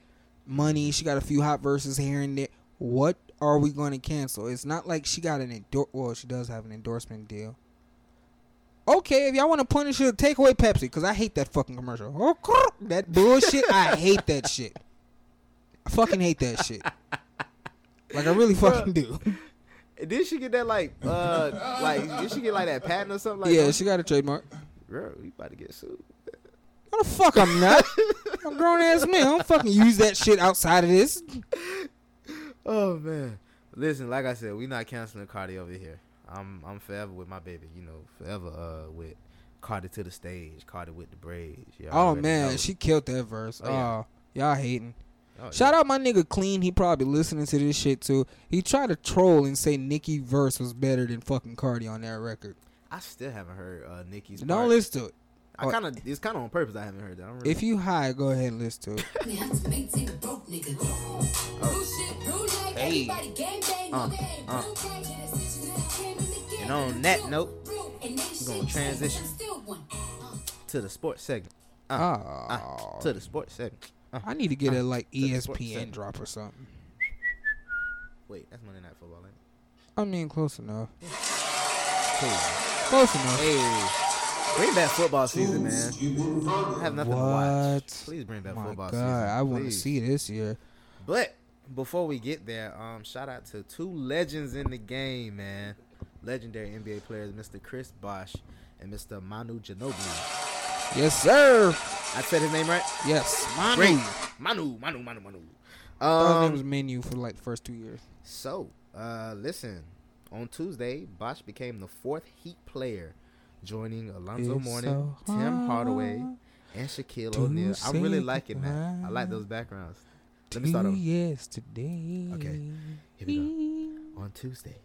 Money, she got a few hot verses here and there. What are we going to cancel? It's not like she got an endor. Well, she does have an endorsement deal. Okay, if y'all want to punish her, take away Pepsi because I hate that fucking commercial. Oh, crrr, that bullshit. I hate that shit. I fucking hate that shit. Like I really fucking do. Did she get that like uh like did she get like that patent or something like yeah, that? she got a trademark. Girl, you about to get sued. No, the fuck I'm not. I'm a grown ass man. I don't fucking use that shit outside of this. Oh man. Listen, like I said, we not canceling Cardi over here. I'm I'm forever with my baby, you know, forever uh with Cardi to the stage, Cardi with the braids. Y'all Oh already man, know. she killed that verse. Oh, yeah. y'all hating. Oh, Shout out my nigga Clean. He probably listening to this shit too. He tried to troll and say Nicki verse was better than fucking Cardi on that record. I still haven't heard uh Nicki's Don't part. listen to it. I kind of it's kind of on purpose I haven't heard that. I don't really If you high, go ahead and listen to it. Hey. Uh, uh. And on that note, we're going to transition to the sports segment. Uh, Oh. uh, to the sports segment. Uh, Ah, I need to get a like E to the sports ESPN segment. drop or something. Wait, that's Monday Night Football, ain't it? I mean, close enough. Cool. Close enough. Hey, bring back football season, man. I have nothing to What? watch. Please bring back My football God, season. I want to Please. see this year. But before we get there, um, shout out to two legends in the game, man. Legendary NBA players, Mr. Chris Bosh and Mr. Manu Ginobili. Yes, sir. I said his name right? Yes, Manu. Great. Manu, Manu, Manu, Manu. Thought his name Um, was Menu for like the first two years. so, uh, listen. On Tuesday, Bosch became the fourth Heat player, joining Alonzo It's Mourning, so Tim Hardaway, hard and Shaquille to O'Neal. I'm really say liking that. I like goodbye those backgrounds. Let me start Two over. yesterday. Okay, here we On Tuesday,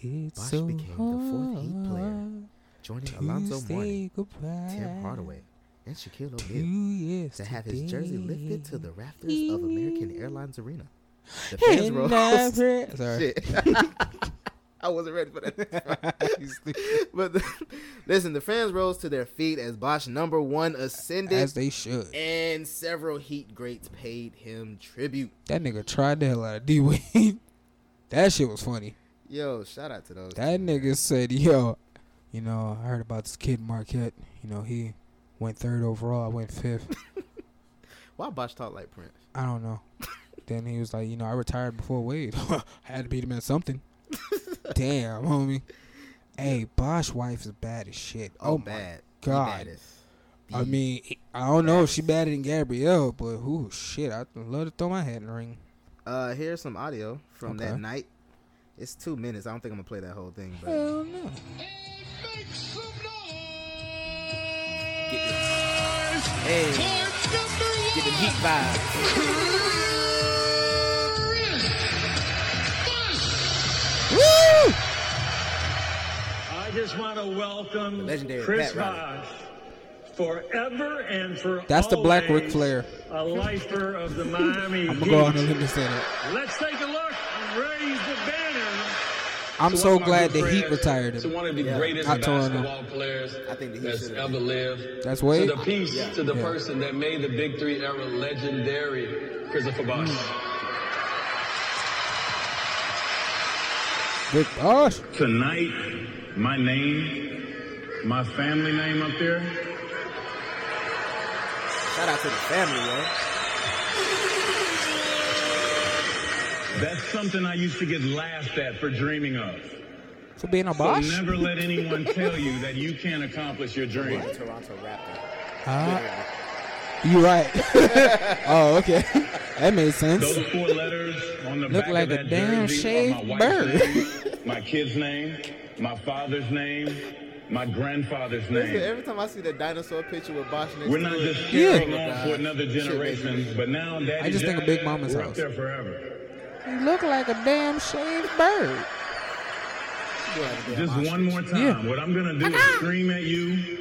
It's Bosh so became the fourth Heat player, hard joining to Alonzo say Mourning, goodbye Tim Hardaway, and Shaquille to O'Neal to have his jersey lifted to the rafters of American Airlines Arena. The fans yesterday. rose. And I pray- Sorry. Shit. I wasn't ready for that. You stupid. but the- listen, the fans rose to their feet as Bosch number one ascended, As they should. and several Heat greats paid him tribute. That nigga tried the hell out of D Wade. that shit was funny. Yo, shout out to those. That two, nigga said, "Yo, you know, I heard about this kid Marquette. You know, he went third overall. I went fifth. Why Bosch talk like Prince? I don't know." then he was like, "You know, I retired before Wade. I had to beat him at something." Damn, homie. Hey, Bosh wife is bad as shit. Oh, my bad. The God. baddest. I mean, I don't know if she better than Gabrielle, but who shit, I'd love to throw my hat in the ring. Uh, here's some audio from that Okay. night. It's two minutes. I don't think I'm gonna play that whole thing, but Hell no. hey, get the heat vibe. Woo! I just want to welcome legendary Chris Pat Riley. Bosh, forever and for That's the black always Ric Flair. a lifer of the Miami I'm gonna Heat. go on a limb and say that. Let's take a look and raise the banner. I'm so glad the Heat retired To him. one of the greatest I told him. basketball players I think that he that's should have. ever lived. That's To Wade. the piece, to the Yeah. person that made the Big Three era legendary, Christopher Bosh. Good Bosh. Tonight, my name, my family name up there, Shout out to the family, yo. that's something I used to get laughed at for dreaming of. For being a Bosh. never let anyone tell you that you can't accomplish your dream. Ah. Toronto Raptor. You right. oh, okay. That made sense. Those four letters on the Look back like of a that damn jersey are shaved my bird. wife's name, my kid's name, my father's name, my grandfather's Listen, name. every time I see that dinosaur picture with Bosch next We're to not it, just carrying oh, on God. for another Shit, generation, but now Daddy I just think of Big Jack, Mama's we're house. up there forever. You look like a damn shaved bird. Just one more time. Yeah. What I'm gonna do is scream at you.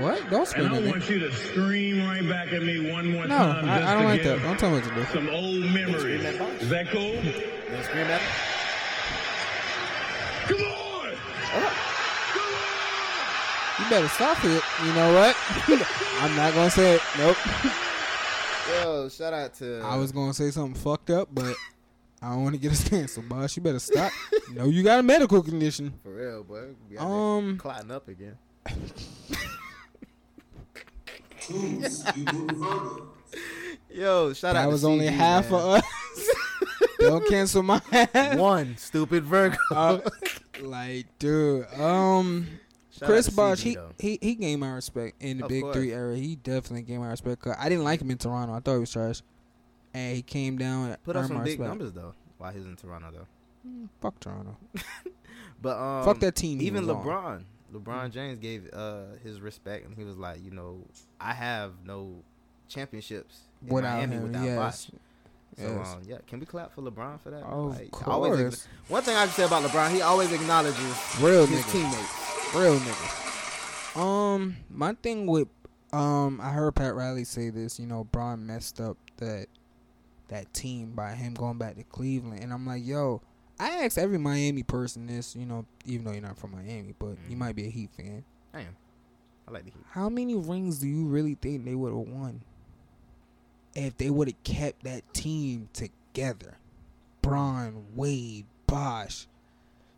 What? Don't scream And I at me. want you to scream right back at me one more No, time. I, just I don't to like that. give Don't tell me what to do. Some old memories. Is that cool? scream at Come on! You better stop it. You know what? I'm not gonna say it. Nope. Yo, shout out to I was gonna say something fucked up, but I don't want to get us canceled, boss. You better stop. no, you got a medical condition. for real, boy. We out there Um, clotting up again. Yo, shout out. that to was only CG, half man. of us. don't cancel my half. One stupid Virgo. Uh, like, dude. Um, Shout Chris out to Bosh, CG, he, though. he he gained my respect in the Of Big course. Three era. He definitely gained my respect. 'cause I didn't like him in Toronto. I thought he was trash, and he came down and Put up earned some my big respect. numbers though. While he was in Toronto though, Fuck Toronto. but um, Fuck that team Mm-hmm. he Even was on. LeBron, LeBron James gave uh his respect, and he was like, you know, I have no championships in Without Miami him, without yes. Bosh. So Yes. um, yeah, can we clap for LeBron for that? Of always acknow- course. one thing I can say about LeBron, he always acknowledges Real his nigga. teammates. Real nigga. Um, my thing with um, I heard Pat Riley say this. You know, Braun messed up that that team by him going back to Cleveland, and I'm like, yo, I ask every Miami person this. You know, even though you're not from Miami, but you might be a Heat fan. I am. I like the Heat. How many rings do you really think they would have won if they would have kept that team together? Braun, Wade, Bosh.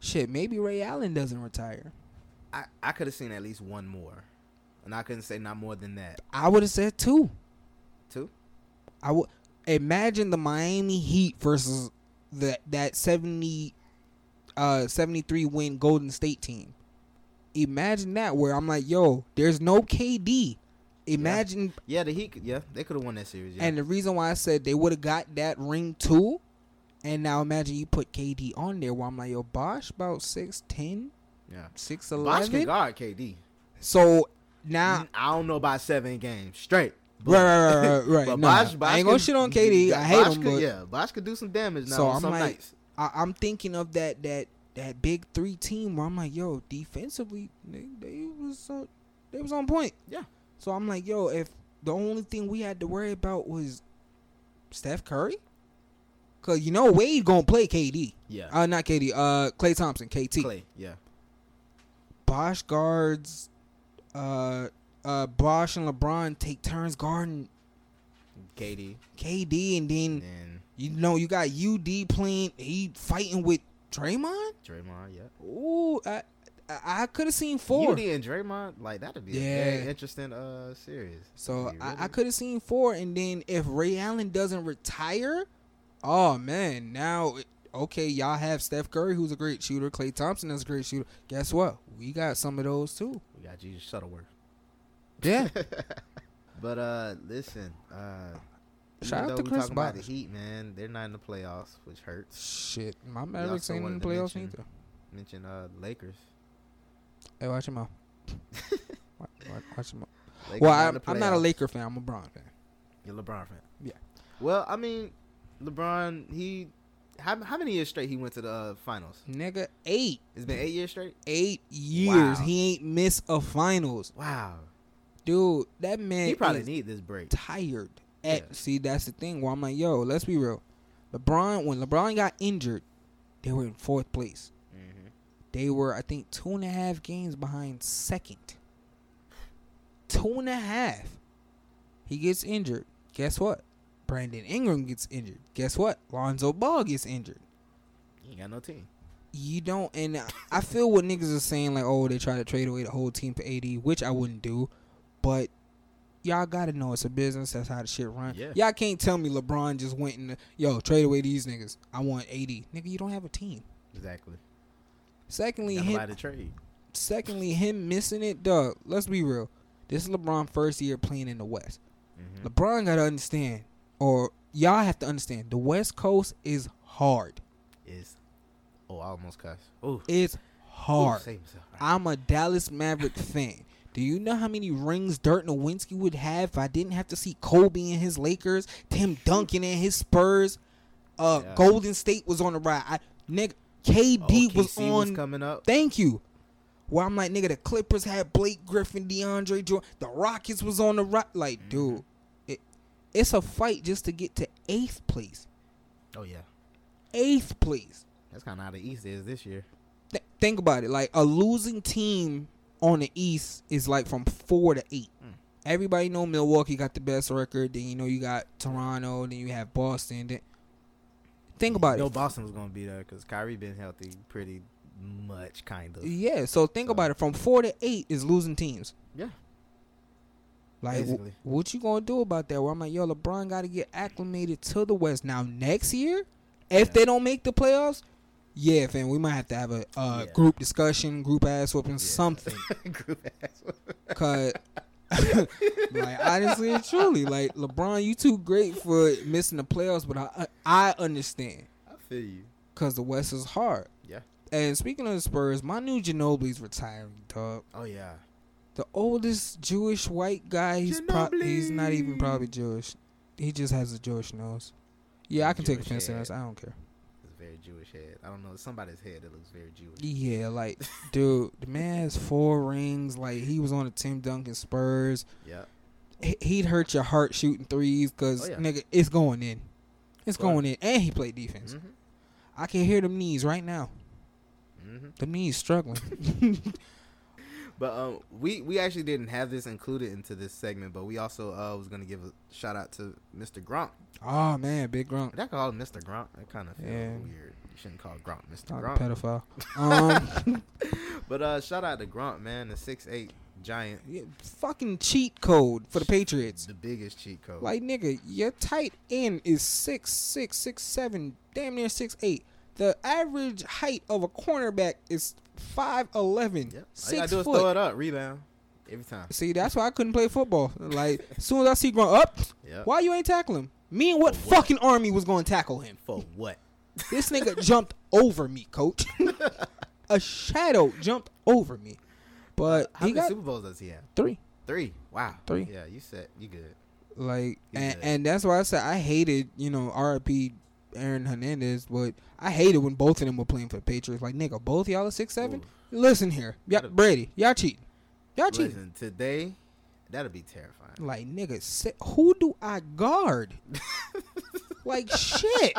Shit, maybe Ray Allen doesn't retire. I, I could have seen at least one more, and I couldn't say not more than that. I would have said two. Two. I would imagine the Miami Heat versus that that 70 uh 73 win Golden State team. Imagine that where I'm like, yo, there's no KD. Imagine Yeah, the Heat. could- Yeah, they could have won that series. Yeah. And the reason why I said they would have got that ring too, and now imagine you put KD on there. Where I'm like, yo, Bosh about 6'10", yeah. Bosh can 6'11". guard KD. So now, I don't know about seven games straight. right, right, right, Uh, right, Mm, right. But no, Bosh- I Bosh ain't gonna could- shit on KD. I hate Bosh him, could- but yeah, Bosh could do some damage now. so on I'm some like, nights. I, I'm thinking of that that that big three team where I'm like, yo, defensively they, they was on, they was on point. Yeah. So I'm like, yo, if the only thing we had to worry about was Steph Curry, cause you know Wade gonna play KD. Yeah. Uh, not KD. Uh, Clay Thompson, KT. Clay, yeah, Bosch guards. Uh, uh, Bosch and LeBron take turns guarding KD, KD, and then and you know you got UD playing. He fighting with Draymond. Draymond, yeah. Ooh, I I, I could have seen four. UD and Draymond, like that'd be a Yeah. very interesting uh series. So Be I, I really- could have seen four, and then if Ray Allen doesn't retire, oh man, now it- okay, y'all have Steph Curry, who's a great shooter, Klay Thompson is a great shooter. Guess what? We got some of those too. we got Jesus Shuttleworth. Yeah, But uh, listen, uh, even Shout out though to we Chris talking about the Bosh. Heat, man, they're not in the playoffs, which hurts. shit, my We also Mavericks ain't in wanted to the playoffs mention- either. Mention uh the Lakers. Hey, watch your mouth. Wa- wa- watch your mouth. Lakers Well, not in I'm, the I'm not a playoffs. Laker fan. I'm a Bron fan. You're a LeBron fan. Yeah. Well, I mean, LeBron, he how how many years straight he went to the uh, finals? Nigga, eight, It's been eight years straight. eight years. Wow. He ain't missed a finals, Wow. dude. That man He probably is need this break. tired. At Yeah. see, that's the thing. Where I'm like, yo, let's be real. LeBron, when LeBron got injured, they were in fourth place. They were, I think, two and a half games behind second. Two and a half. He gets injured. Guess what? Brandon Ingram gets injured. Guess what? Lonzo Ball gets injured. He ain't got no team. You don't, and I feel what niggas are saying, like, oh, they try to trade away the whole team for AD, which I wouldn't do, but y'all gotta know it's a business. That's how the shit run. Yeah. Y'all can't tell me LeBron just went and yo trade away these niggas. I want AD, nigga. You don't have a team. Exactly. Secondly, Got nobody him, to trade. secondly, him missing it, dog. Let's be Mm-hmm. real. This is LeBron first year playing in the West. LeBron gotta understand, or y'all have to understand the West Coast is hard. Is oh, I almost cussed. Oh, it's hard. save yourself. I'm a Dallas Maverick fan. Do you know how many rings Dirk Nowitzki would have if I didn't have to see Kobe and his Lakers, Tim Duncan and his Spurs? Uh, Yeah. Golden State was on the ride. I, nigga, KD was OKC Oh, was on. coming up. Thank you. Where I'm like, nigga, the Clippers had Blake Griffin, DeAndre Jordan. The Rockets was on the right. Like, Mm-hmm. dude, it, it's a fight just to get to eighth place. Oh yeah, Eighth place. that's kind of how the East is this year. Th- think about it. Like a losing team on the East is like from four to eight. Hmm. Everybody know Milwaukee got the best record. Then you know you got Toronto. Then you have Boston. Then think about No, it. Boston was gonna be there because Kyrie been healthy pretty much, kind of. Yeah. So think about it. From four to eight is losing teams. Yeah. Like, wh- Basically. what you gonna do about that? Where I'm like, yo, LeBron got to get acclimated to the West. Now next year, if they don't make the playoffs, yeah, fam, we might have to have a uh, group discussion, group ass whooping, something. Group ass. Cause, like, honestly and truly, like LeBron, you too great for missing the playoffs, but I I understand I feel you. because the West is hard. Yeah. And speaking of the Spurs, my new Ginobili's retiring, dog. Oh yeah. The oldest Jewish white guy. He's pro- he's not even probably Jewish. He just has a Jewish nose. Yeah, I can take Jewish offense to head. this. I don't care. It's a very Jewish head. I don't know. It's somebody's head that looks very Jewish. Yeah, like, dude, the man has four rings. Like, he was on the Tim Duncan Spurs. Yeah. He- He'd hurt your heart shooting threes because, Oh, yeah. nigga, it's going in. It's Sure. going in. And he played defense. Mm-hmm. I can hear them knees right now. Mhm. The knees struggling. But um, we we actually didn't have this included into this segment, but we also uh was gonna give a shout out to Mr. Gronk. oh, man, big grump. Did I call him Mr. Gronk? That kind of feels Yeah. weird. You shouldn't call Gronk Mr. Not a Gronk. pedophile. Um, But uh, shout out to Gronk, man, the six eight giant, yeah, fucking cheat code for the Patriots. the biggest cheat code. Like nigga, your tight end is six six six seven, damn near six eight. The average height of a cornerback is five eleven. yep. all you Six gotta do is throw foot. it up, rebound every time. See, that's why I couldn't play football. Like, as soon as I see growing up, Yep. Oh, why you ain't tackle him? Me and what fucking army was going to tackle him? For what? This nigga jumped over me, coach. a shadow jumped over me. But How he many got Super Bowls does he have? three. Three. Wow. Three. Yeah, you said you good. Like, He's and, good. and that's why I said I hated, you know, RIP Aaron Hernandez, but I hated when both of them were playing for the Patriots. Like, nigga, both y'all are six seven. Listen here, y'all, Brady, y'all cheating, y'all cheating. Listen, today that'll be terrifying. Like, nigga, si- who do I guard? like, shit.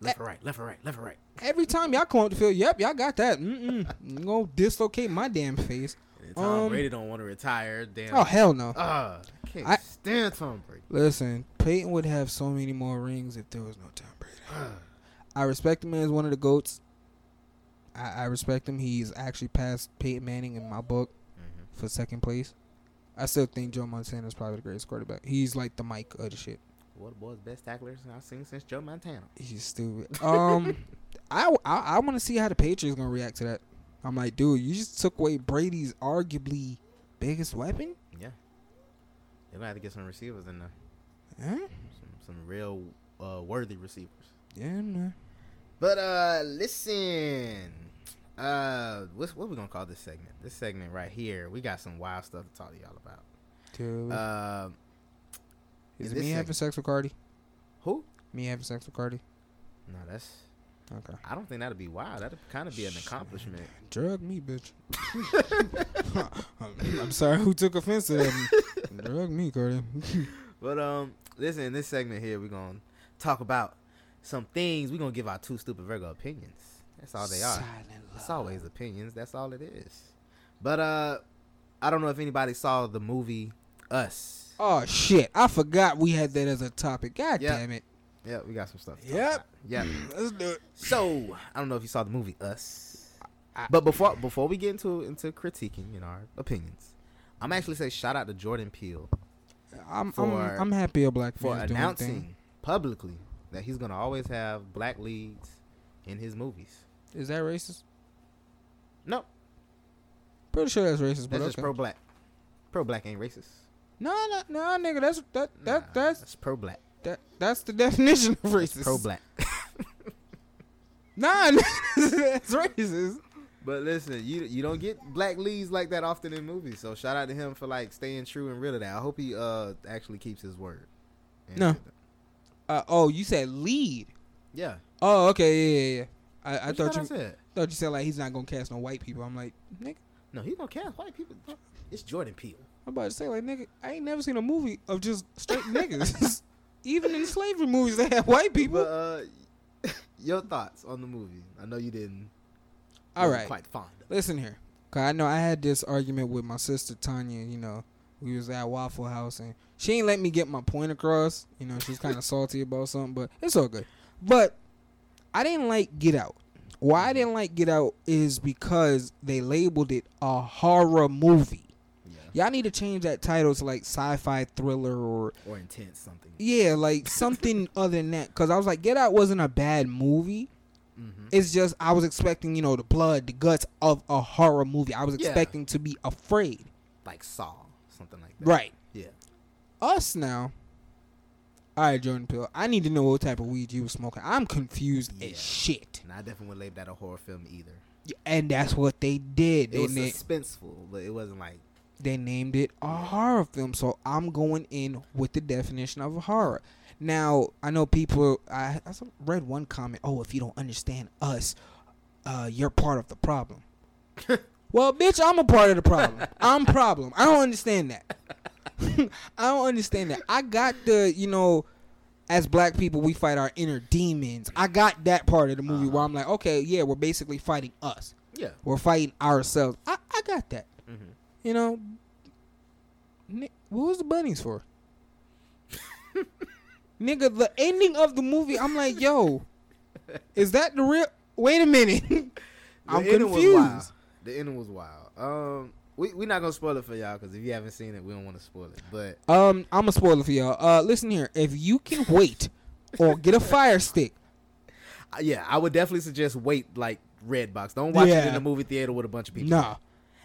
Left or right, left or right, left or right. Every time y'all come up the field, yep, y'all got that. Mm mm. Go dislocate my damn face. And Tom Um, Brady don't want to retire. Damn. oh hell no. Ah, I can't I- stand Tom Brady. Listen, Peyton would have so many more rings if there was no Tom Brady. I respect him as one of the goats. I, I respect him. He's actually passed Peyton Manning in my book for second place. I still think Joe Montana is probably the greatest quarterback. He's like the Mike of the shit. What boy's best tacklers I've seen since Joe Montana? He's stupid. Um, I I, I want to see how the Patriots gonna react to that. I'm like, dude, you just took away Brady's arguably biggest weapon. Yeah, they're gonna have to get some receivers in there, Huh? some some real uh, worthy receivers. Yeah, man. But uh, listen, uh, what's what we gonna call this segment? This segment right here, we got some wild stuff to talk to y'all about. Dude, Uh, is in it this me having segment- sex with Cardi? who? Me having sex with Cardi? No, that's. Okay. I don't think that'd be wild. That'd kind of be an accomplishment. Drug me, bitch. I'm sorry, who took offense to that? Drug me, Cardi. But um, listen, in this segment here, we're gonna talk about some things. We're gonna give our two stupid Virgo opinions. That's all Oh, they are. It's always opinions. That's all it is. But uh, I don't know if anybody saw the movie Us. oh shit, I forgot we had that as a topic. God Yeah. damn it. Yeah, we got some stuff. to talk Yep. about. Yeah. Let's do it. So I don't know if you saw the movie Us. I- But before before we get into into critiquing and our opinions, I'm actually say shout out to Jordan Peele I'm, I'm, For- I'm happy a black for man's doing thing. announcing publicly that he's gonna always have black leads in his movies. Is that racist? No, Pretty sure that's racist, but that's just okay. pro black. Pro black ain't racist. no, no, no, nigga, that's that that Nah, that's pro black. that That's the definition of racist. Pro black. nah, that's racist. But listen, you you don't get black leads like that often in movies. So shout out to him for like staying true and real to that. I hope he uh actually keeps his word. And- No. Uh, oh, you said lead. Yeah. Oh, okay. Yeah, yeah, yeah. I, I What you thought thought I you said? thought you said like he's not gonna cast no white people. I'm like, nigga. No, he don't cast white people. It's Jordan Peele. I'm about to say like, nigga, I ain't never seen a movie of just straight niggas. Even in slavery movies, they had white people. But uh, your thoughts on the movie? I know you didn't. All wasn't right. Quite fond. of it. Listen here. 'Cause I know I had this argument with my sister Tanya, you know. We was at Waffle House and she ain't let me get my point across. You know, she's kinda salty about something, but it's all good. But I didn't like Get Out. Why I didn't like Get Out is because they labeled it a horror movie. Y'all need to change that title to like sci-fi thriller or Or intense something. yeah, like something other than that. Because I was like, Get Out wasn't a bad movie. Mm-hmm. It's just I was expecting, you know, the blood, the guts of a horror movie. I was Yeah. expecting to be afraid. Like Saw, something like that. Right. Yeah. Us now. All right, Jordan Peele. I need to know what type of weed you were smoking. I'm confused as shit. And I definitely would label that a horror film either. And that's what they did. It They, was na- suspenseful, but it wasn't like they named it a horror film. So I'm going in with the definition of a horror. Now, I know people, I, I saw- read one comment, oh, if you don't understand us, uh, you're part of the problem. well, bitch, I'm a part of the problem. I'm problem. I don't understand that. I don't understand that. I got the, you know, as black people, we fight our inner demons. I got that part of the movie where I'm like, okay, yeah, we're basically fighting us. Yeah. We're fighting ourselves. I, I got that. Mm-hmm. You know, ni- what was the bunnies for? Nigga, the ending of the movie, I'm like, yo, is that the real? Wait a minute. The I'm ending Was wild. confused. The ending was wild. Um, we we not gonna spoil it for y'all because if you haven't seen it, we don't want to spoil it. But Um, I'm a spoiler for y'all. Uh, listen here. If you can wait or get a fire stick, uh, yeah, I would definitely suggest wait like Redbox. Don't watch it Yeah. in the movie theater with a bunch of people. nah.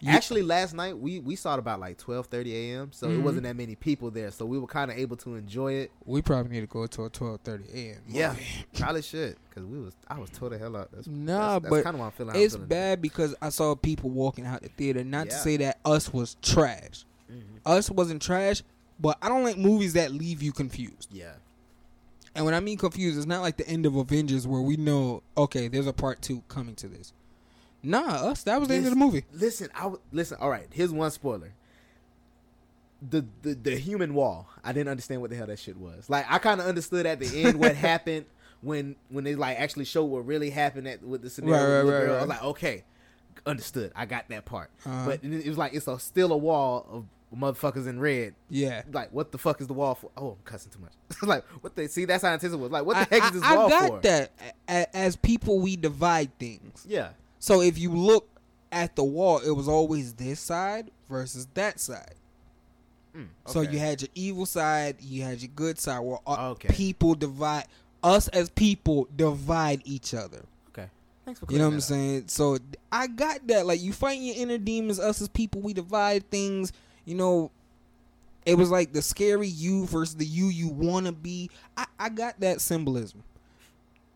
You- Actually, last night we we saw it about like twelve thirty a.m. So it Mhm. wasn't that many people there, so we were kind of able to enjoy it. we probably need to go to a 12:30 a.m. Yeah, probably should because we was I was tore the hell out. That's, Nah, that's, that's but kind of why I'm feeling. how I'm it's feeling. bad because I saw people walking out the theater. Not to Yeah. Mm-hmm. say that us was trash. Us wasn't trash, but I don't like movies that leave you confused. Yeah, And when I mean confused, it's not like the end of Avengers where we know, okay, there's a part two coming to this. Nah, us, that was the end of the Listen- movie. Listen, I w- listen. All right, here's one spoiler. The, the the human wall. I didn't understand what the hell that shit was. Like I kind of understood at the end what happened when when they like actually showed what really happened at with the scenario. Right, right, with the right, girl. I right. was like, okay, understood. I got that part. Uh-huh. But it it was like it's a, still a wall of motherfuckers in red. Yeah. Like what the fuck is the wall for? Oh, I'm cussing too much. like what the see that's how intense it was. Like what the I, heck I- is this I wall got for? that. A- a- As people, we divide things. Yeah. So if you look at the wall, it was always this side versus that side. So Mm, okay. you had your evil side, you had your good side. Where uh, Okay. people divide us as people divide each other. Okay. Thanks for You know what I'm clearing that up. saying? So th- I got that. Like you fight your inner demons. Us as people, we divide things. You know, it was like the scary you versus the you you wanna be. I, I got that symbolism.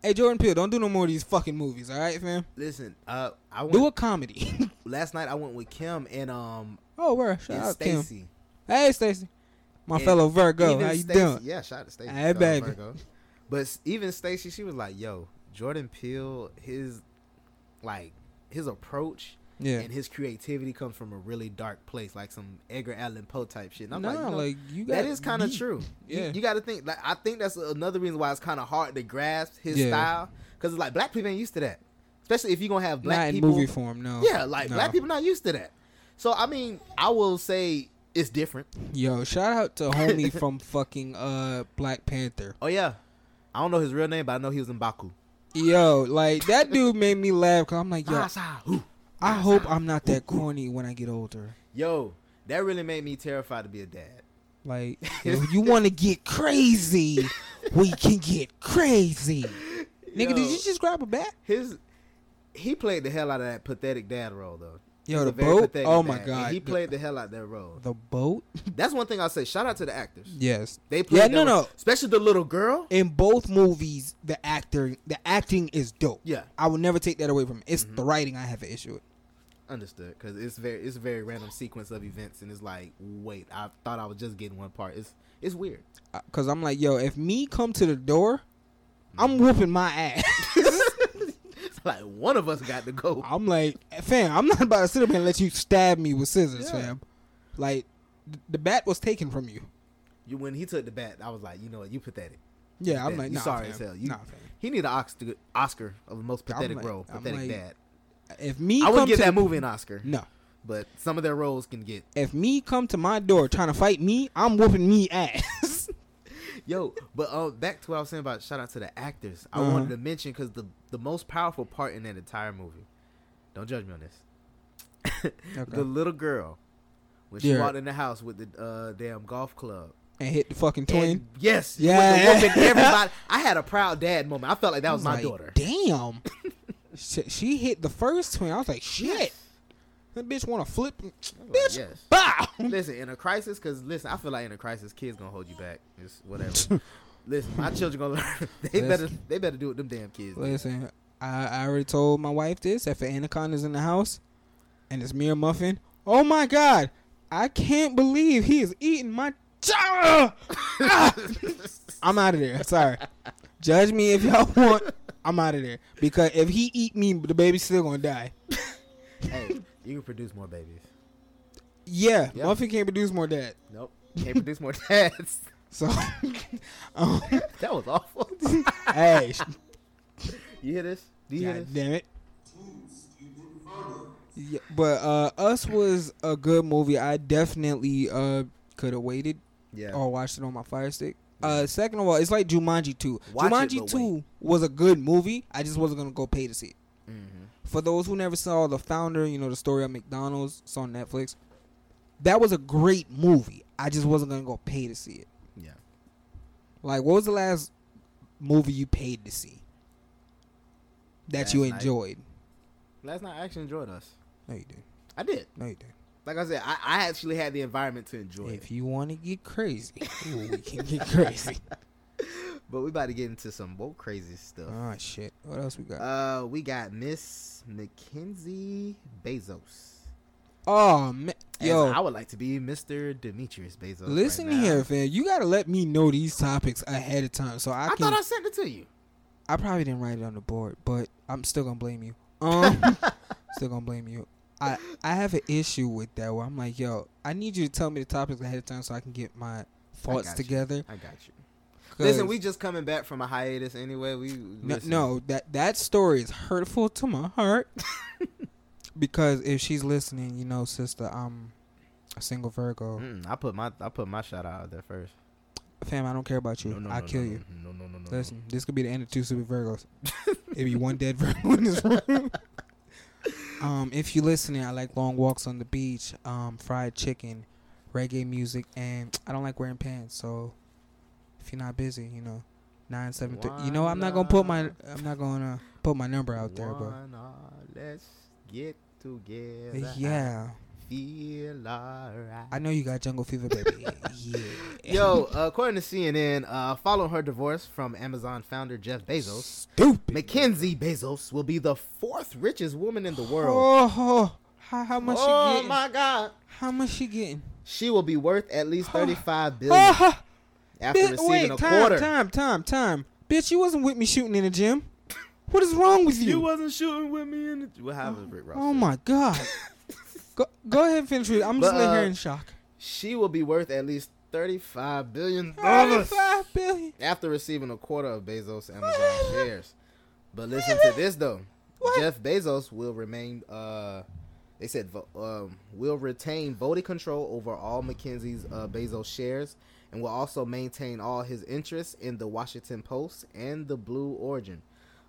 Hey Jordan Peele, don't do no more of these fucking movies. All right, fam. Listen, uh, I went, Do a comedy. last night I went with Kim and um oh, where? Shout and out Kim. Stacy. Hey Stacy, my And fellow Virgo, even how you Stacey- doing? Yeah, shout out to Stacy. Hey, Shout out to baby. Virgo. But s- even Stacy, she was like, "Yo, Jordan Peele, his like his approach." Yeah. And his creativity comes from a really dark place, like some Edgar Allan Poe type shit. And I'm Nah, like, like, you you know, that got is kind of deep. true. You- Yeah. you, got to think. Like, I think that's another reason why it's kind of hard to grasp his Yeah. style because it's like black people ain't used to that, especially if you're gonna have black Not in people movie form, no. Yeah, like No. black people not used to that. So I mean, I will say it's different. Yo, shout out to homie from fucking uh Black Panther. Oh yeah, I don't know his real name, but I know he was in Baku. Yo, like that dude made me laugh. Cause I'm like, yo, Who? I hope I'm not that corny when I get older. Yo, that really made me terrified to be a dad. Like, if you want to get crazy, we can get crazy. Nigga, Yo. did you just grab a bat? His he played the hell out of that pathetic dad role though. Yo, He's the a very boat? pathetic Oh my dad, and God. he The- played the hell out that role. The boat? That's one thing I'll say. Shout out to the actors. Yes. They played Yeah, no, that role, no. especially the little girl. In both movies, the actor, the acting is dope. Yeah. Mm-hmm. I will never take that away from it. It's the writing I have an issue with. Understood, because it's very it's a very random sequence of events, and it's like, wait, I thought I was just getting one part. It's it's weird. Because Uh, I'm like, yo, if me come to the door, I'm whooping my ass. It's like one of us got to go. I'm like, fam, I'm not about to sit up here and let you stab me with scissors, Yeah. fam. Like, th- the bat was taken from you. You when he took the bat, I was like, you know what, you pathetic. Yeah, You I'm pathetic. like, you nah, sorry fam. as hell. You, Nah, fam. He need an Oscar, Oscar of the most I'm pathetic like- role, I'm pathetic like, dad. If me, I come wouldn't give to that the- movie an Oscar. No. but some of their roles can get. If me come to my door trying to fight me, I'm whooping me ass. Yo, but uh, back to what I was saying about shout out to the actors. I Uh-huh. wanted to mention because the the most powerful part in that entire movie. Don't judge me on this. Okay. The little girl when she Yeah. walked in the house with the uh, damn golf club. and hit the fucking twin. And yes, Yeah. yeah. everybody. I had a proud dad moment. I felt like that was my like, daughter. Damn. she, she hit the first twin. I was like, shit. That bitch want to flip. Bitch. yes. Bow. Listen, in a crisis, because listen, I feel like in a crisis, kids gonna hold you back. It's whatever. listen, my children gonna learn. They Listen. better. They better do what them damn kids. did. Listen, I, I already told my wife this. If an anaconda's in the house and it's mere muffin, oh my God. I can't believe he is eating my. Ah! Ah! I'm out of there. Sorry. Judge me if y'all want. I'm out of there. Because if he eat me, the baby's still going to die. Hey, you can produce more babies. Yeah, Yeah. Muffin can't produce more dad. Nope, can't produce more dads. So, um, That was awful. hey, sh- You hear this? Do you hear God this? damn it. Yeah, but uh, Us was a good movie. I definitely uh could have waited Yeah. or watched it on my Fire Stick. Uh, second of all, it's like Jumanji Two. Watch it, Jumanji but Two was a good movie. I just wasn't gonna go pay to see it. Mm-hmm. For those who never saw the founder, you know the story of McDonald's. It's on Netflix. That was a great movie. I just wasn't gonna go pay to see it. Yeah. Like, what was the last movie you paid to see that Last you night. enjoyed? Last night I actually enjoyed us. No, you didn't. I did. No, you didn't. Like I said, I, I actually had the environment to enjoy it. If you want to get crazy, ooh, we can get crazy. But we about to get into some woke crazy stuff. oh shit! What else we got? Uh, we got Miss Mackenzie Bezos. oh man, As yo, I would like to be Mr. Demetrius Bezos. listen right now. here, fam. You gotta let me know these topics ahead of time, so I, I, can. thought I sent it to you. I probably didn't write it on the board, but I'm still gonna blame you. Um, still gonna blame you. I I have an issue with that where I'm like, yo, I need you to tell me the topics ahead of time so I can get my thoughts got you. together. I got you. Listen, 'cause- we just coming back from a hiatus anyway. We No, listen. no, that that story is hurtful to my heart because if she's listening, you know, sister, I'm a single Virgo. Mm-mm, Mm, I put my I put my shot out there first. Fam, Mm, I don't care about you. No, no, I'll no, kill no, you. No, no, no, no. Listen, this could be the end of two super Virgos. It'd be one dead Virgo in this room. um, if you're listening, I like long walks on the beach, um, fried chicken, reggae music, and I don't like wearing pants. So if you're not busy, you know, nine seven three. You know, I'm not gonna put my I'm not gonna put my number out there, but Why not? let's get together. yeah. I feel alright. I know you got jungle fever, baby. yeah. Yo, uh, according to CNN, uh, following her divorce from Amazon founder Jeff Bezos, Stupid. Mackenzie Bezos will be the fourth richest woman in the world. Oh, oh. How, how much she Oh getting? my God! How much she getting? She will be worth at least thirty-five billion Oh, after bi- receiving wait, a time, quarter. time, time, time. Bitch, you wasn't with me shooting in the gym. What is wrong with you? wasn't shooting with me in the. What happened, Rick Ross? oh my god. go, go ahead and finish it. I'm just But, laying here uh, in shock. She will be worth at least thirty-five billion dollars. Five billion. after receiving a quarter of Bezos' Amazon shares. But listen to this though, Jeff Bezos will remain. Uh, they said vo- um, will retain voting control over all McKinsey's uh, Bezos shares, and will also maintain all his interests in the Washington Post and the Blue Origin,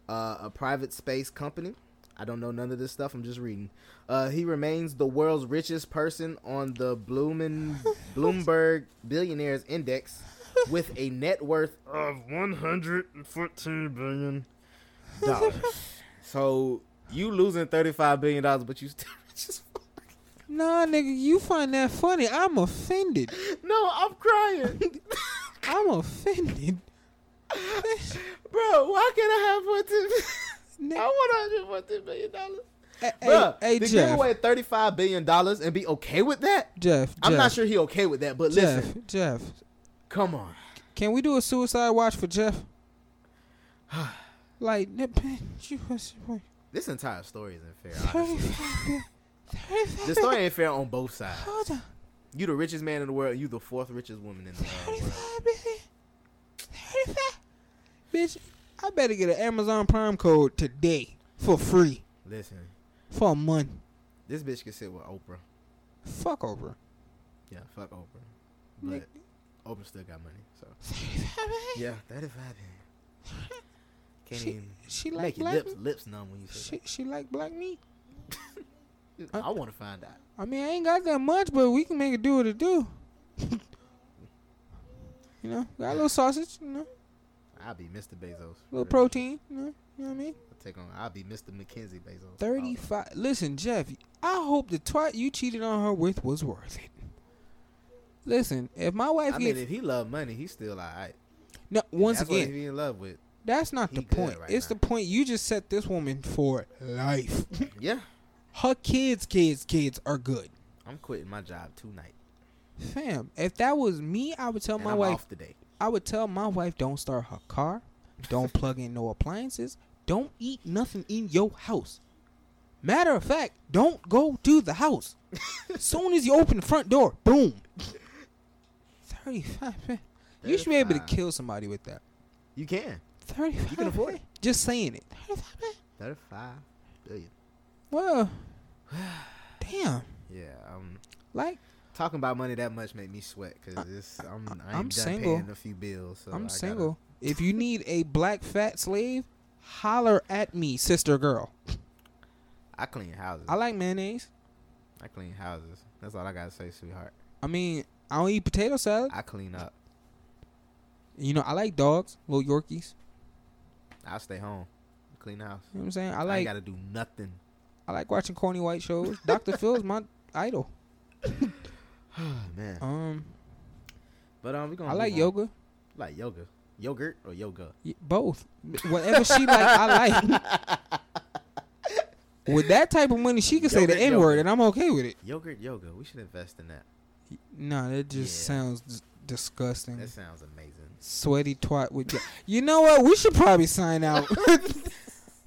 uh, a private space company. I don't know none of this stuff. I'm just reading. Uh, he remains the world's richest person on the Bloomin, Bloomberg Billionaires Index with a net worth of 114 billion dollars. so you losing 35 billion dollars, but you still rich as fuck. Nah, nigga, you find that funny. I'm offended. No, I'm crying. I'm offended. Bro, why can't I have fourteen? I want $114 million. Hey, Hey, Bruh, hey to Jeff. give away $35 billion and be okay with that? Jeff, I'm not Jeff. sure he okay with that, but Jeff, listen. Jeff. Come on. Can we do a suicide watch for Jeff? like, nip- you was- This entire story isn't fair. honestly. Thirty-five. Thirty-five. the story ain't fair on both sides. Hold on. You the richest man in the world. You the fourth richest woman in the world. Bitch, I better get an Amazon Prime code today for free Listen, for a month. this bitch can sit with Oprah. Fuck Oprah. Yeah, fuck Oprah. But Oprah still got money, so. yeah, thirty-five. Can't She- even. she make like your black lips meat? lips numb when you say She she like black meat. that. uh, I want to find out. I mean, I ain't got that much, but we can make it do what it do. you know, got a little sausage, you know, I'll be Mr. Bezos. a little protein. You know, you know what I mean? I'll take on. I'll be Mr. McKenzie Bezos. Thirty-five. Oh. Listen, Jeff, I hope the twat you cheated on her with was worth it. Listen, if my wife I mean, gets if he love money, he's still alright. no, once That's again, what he in love with. That's not the good point. right it's the point you just set this woman for life. Yeah, Her kids, kids, kids are good. I'm quitting my job tonight. Fam, if that was me, I would tell And Oh, my I'm wife off today. I would tell my wife don't start her car, don't plug in no appliances, don't eat nothing in your house. Matter of fact, don't go to the house. Soon as you open the front door, boom. 35. man. You should be able to 35. kill somebody with that. You can. 35. You can afford it. Just saying it. Thirty-five billion. Well, damn. Yeah. Um. Like Talking about money that much make me sweat because it's I'm I ain't I'm done single. paying a few bills. So I I'm gotta- single. If you need a black fat slave, holler at me, sister girl. I clean houses. I like mayonnaise. I clean houses. That's all I gotta say, sweetheart. I mean, I don't eat potato salad. I clean up. You know, I like dogs, little Yorkies. I stay home. Clean the house. You know what I'm saying? I I ain't like I, gotta do nothing. like watching corny white shows. Dr. Phil's my idol. Man. Um, Oh, But um, we gonna. I like move on. yoga, Like yoga, yogurt or yoga. Y- both. Whatever she like, I like. With that type of money, she can say the Yogurt, N word, yogurt. and I'm okay with it. Yogurt, yoga. We should invest in that. No, that just Yeah. sounds d- disgusting. That sounds amazing. Sweaty twat with yo- You know what? We should probably sign out.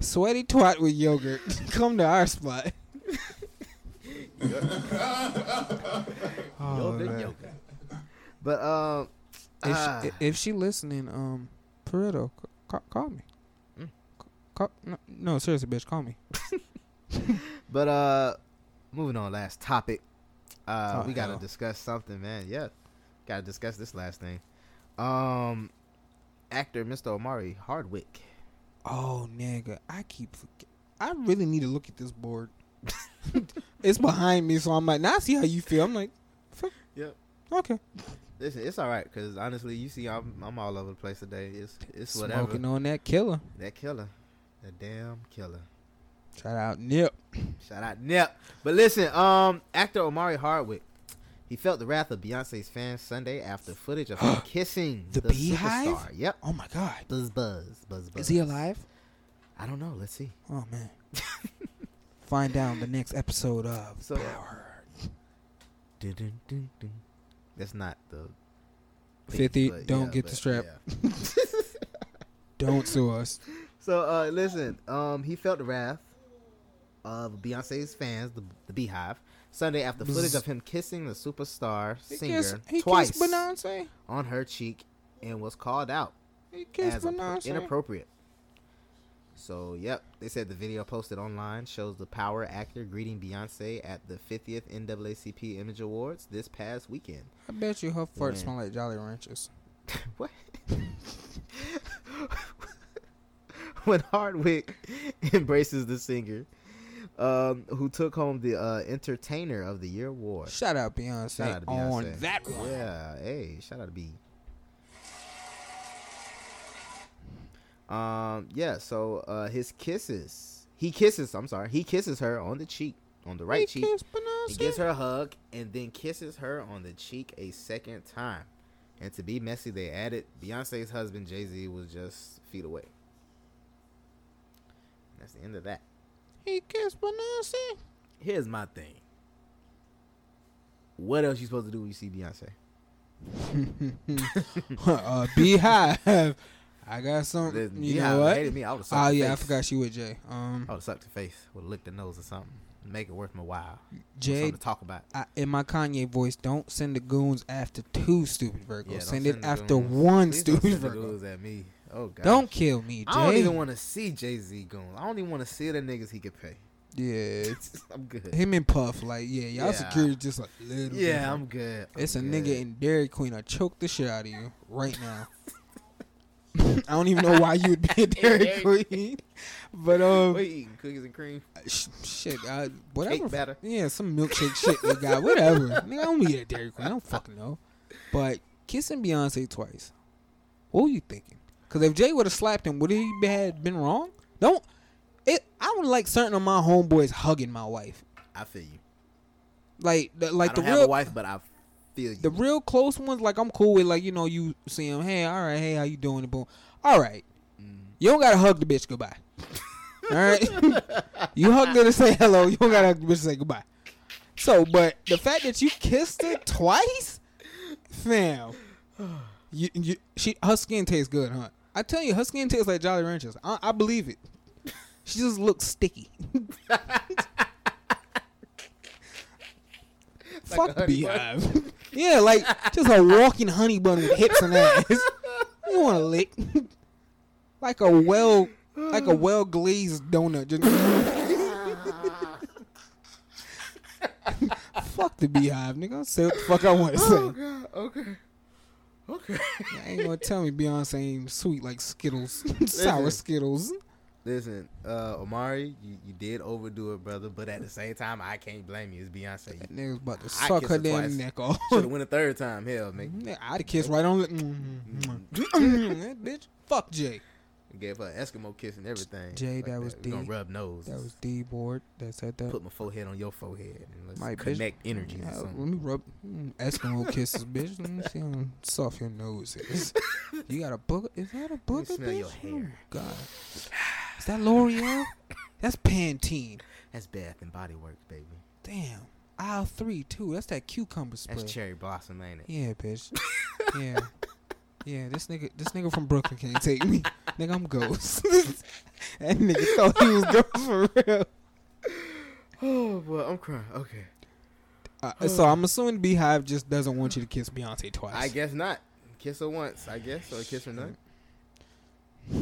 Sweaty twat with yogurt. Come to our spot. Oh, yoga, man. yoga. But um, If, ah, she, if she listening, um, Pareto, call, call me. Mm. Call, no, no, seriously, bitch, call me. but uh, moving on. Last topic. Uh, Oh, we gotta hell. discuss something, man. Yeah, gotta discuss this last thing. Um, actor Mr. Omari Hardwick. Oh, nigga, I keep. Forget- I really need to look at this board. it's behind me, so I'm like, now I see how you feel. I'm like, fuck, Yep. okay. Listen, it's all right because honestly, you see, I'm I'm all over the place today. It's it's whatever. Smoking on that killer. That killer, that damn killer. Shout out Nip. Shout out Nip. But listen, um, actor Omari Hardwick, he felt the wrath of Beyonce's fans Sunday after footage of him kissing The Beehive? superstar. Yep. Oh my god, Buzz, buzz, buzz, buzz. is he alive? I don't know. Let's see. Oh man. Find out in the next episode of So- Power. Dun, dun, dun, dun. That's not the. beat, 50, but don't yeah, get the but strap. yeah. Don't sue us. So uh, listen, um, he felt the wrath of Beyonce's fans, the, the Beehive, Sunday after footage of him kissing the superstar He singer kissed, he twice kissed Beyonce. on her cheek and was called out He kissed as appro- Beyonce. inappropriate. So, yep, they said the video posted online shows the power actor greeting Beyonce at the 50th NAACP Image Awards this past weekend. I bet you her fart Man. smell like Jolly Ranchers. What? when Hardwick embraces the singer, um, who took home the uh, Entertainer of the Year award. Shout out Beyonce, Shout out to on Beyonce. that one. Yeah, hey, shout out to B. Um, yeah, so uh his kisses. He kisses, I'm sorry, he kisses her on the cheek on the right He cheek. kissed He gives her a hug and then kisses her on the cheek a second time. And to be messy, they added Beyonce's husband Jay Z was just feet away. That's the end of that. He kissed Beyonce. Here's my thing. What else you supposed to do when you see Beyonce? uh, Beehive. I got some. Listen, you Beehive know what? hated me. I would've sucked oh her yeah, I face. forgot she was Jay. Um, I would have sucked her face, would have licked her nose or something, make it worth my while. Or Jay. something to talk about. I, in my Kanye voice, don't send the goons after two stupid Virgos. Yeah, don't send, it the after goons. one Please don't stupid send the Virgo. goons at me. Oh god. Don't kill me, I don't Jay. even want to see Jay Z goons. I don't even want to see the niggas he could pay. Yeah, it's- I'm good. Him and Puff, like yeah, y'all Yeah. security just like little. Yeah, different. I'm good. I'm it's a good. nigga in Dairy Queen. I choke the shit out of you right now. I don't even know why you would be at Dairy Dairy Queen. Queen, but um, what you eating? Cookies and cream. sh- shit, I, whatever. batter. Yeah, some milkshake shit they got. Whatever. Nigga, I don't eat at Dairy Queen. I don't fucking know. But kissing Beyonce twice. What were you thinking? Because if Jay would have slapped him, would he be- had been wrong? Don't. It. I would like certain of my homeboys hugging my wife. I feel you. Like, the, like I don't the have real a wife, but I feel you. the real close ones, like I'm cool with, like you know, you see him, hey, all right, hey, how you doing? Boom, all right. You don't gotta hug the bitch goodbye. all right, you hug her to say hello. You don't gotta hug the bitch to say goodbye. So, but the fact that you kissed her twice, fam, you, you, she, her skin tastes good, huh? I tell you, her skin tastes like Jolly Ranchers. I, I believe it. She just looks sticky. Fuck the beehive. Yeah, like just a walking honey bun with hips and ass. You want to lick like a well, like a well glazed donut. Just fuck the beehive, nigga. I'll say what the fuck I want to Oh, say. God. Okay. Okay. You ain't gonna tell me Beyonce ain't sweet like Skittles, sour Listen. Skittles. Listen, uh, Omari, you, you did overdo it, brother. But at the same time, I can't blame you. It's Beyonce. That nigga's about to suck her damn neck off. Mm-hmm. Should have went a third time. Hell, man. Nigga, I'd have kissed right on. the- That bitch, fuck Jay. Gave her an Eskimo kiss and everything. Jay, Like that was We Gonna deep. rub nose. That was D board. That said that. Put my forehead on your forehead and let's My bitch- connect energies Yeah, or let something. me rub mm, Eskimo kisses, bitch. Let me see how soft your nose is. You got a book? Is that a book? smell bitch? your hair. Oh, God, is that L'Oreal? That's Pantene. That's Bath and Body Works, baby. Damn, aisle three too. That's that cucumber spray. That's cherry blossom, ain't it? Yeah, bitch. yeah, yeah. This nigga, this nigga from Brooklyn can't take me. nigga, I'm ghost. that nigga thought he was ghost for real. Oh boy, I'm crying. Okay. Oh. Uh, so I'm assuming Beehive just doesn't want you to kiss Beyonce twice. I guess not. Kiss her once, I guess, or kiss her none.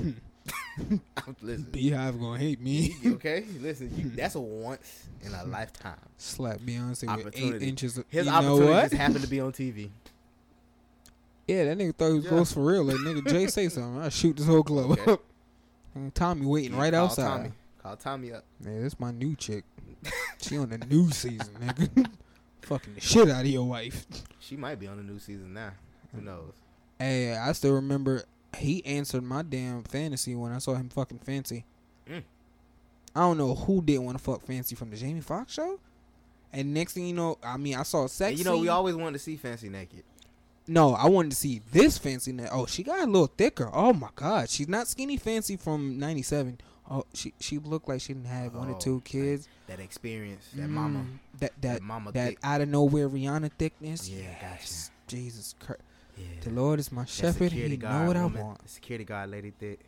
I'm- listen, Beehive gonna hate me. okay, listen, you, that's a once in a lifetime Slap Beyonce with eight opportunity. inches. Of, His you know opportunity what? just happened to be on TV. Yeah, that nigga thought he was Yeah. ghost for real. Like nigga, Jay say something. I shoot this whole club Okay. up. And Tommy waiting right Call outside. Tommy. Call Tommy up. Man, this my new chick. she on the new season, nigga. Fucking the shit out of your wife. She might be on the new season now. Mm. Who knows? Hey, I still remember he answered my damn fantasy when I saw him fucking fancy. Mm. I don't know who didn't want to fuck fancy from the Jamie Foxx show. And next thing you know, I mean, I saw a sex. And you know, we scene. always wanted to see Fancy Naked. No, I wanted to see this fancy. Na- oh, she got a little thicker. Oh my god, she's not skinny fancy from '97. Oh, she she looked like she didn't have one Oh, or two kids. That experience, that mama. Mm, that that that, mama thick. out of nowhere Rihanna thickness. Yeah, gotcha. Yes. Jesus Christ, Yeah. the Lord is my That shepherd. He know what woman, I want. the security guard lady thick.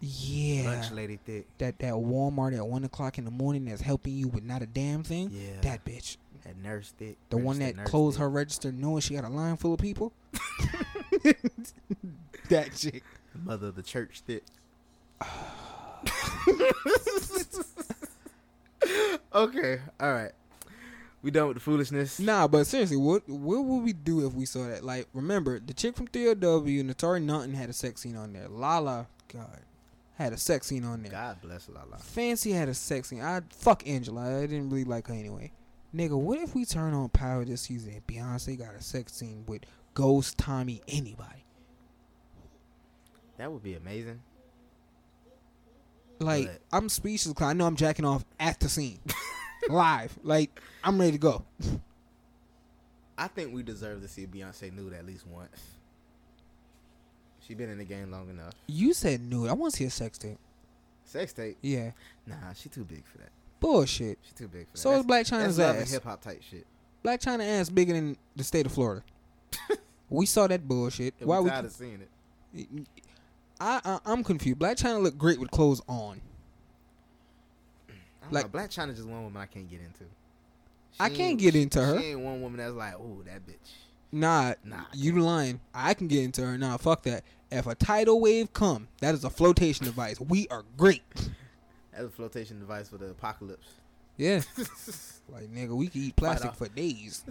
Yeah, Lunch lady thick. that that Walmart at one o'clock in the morning that's helping you with not a damn thing. Yeah. that bitch. That nurse thick. The one registered that nurse closed thick. her register knowing she got a line full of people. that chick. The mother of the church thick. okay, all right. We done with the foolishness. Nah, but seriously, what what would we do if we saw that? Like, remember the chick from 3LW, Natari Nunton had a sex scene on there. Lala, God, had a sex scene on there. God bless Lala. Fancy had a sex scene. I fuck Angela. I didn't really like her anyway. Nigga, what if we turn on Power this season and Beyonce got a sex scene with Ghost Tommy anybody? That would be amazing. Like, Right. I'm speechless. 'cause I know I'm jacking off at the scene. live. Like I'm ready to go. I think we deserve to see Beyonce nude at least once. She been in the game long enough. You said nude. I want to see a sex tape. Sex tape. Yeah. Nah, she too big for that. Bullshit. She too big for that. So is Black China's ass. hip hop type shit. Black China ass bigger than the state of Florida. we saw that bullshit. Yeah, Why we we? tired of seeing it? I, I I'm confused. Black China looked great with clothes on. I don't Like- know, Black China just one woman I can't get into. I She can't ain't- get into she- her. She ain't one woman that's like, oh, that bitch. Nah, Nah, you lying. I can get into her. Nah, fuck that. If a tidal wave come, that is a flotation device. We are great. That's a flotation device for the apocalypse. Yeah. like nigga, we can eat plastic off. for days.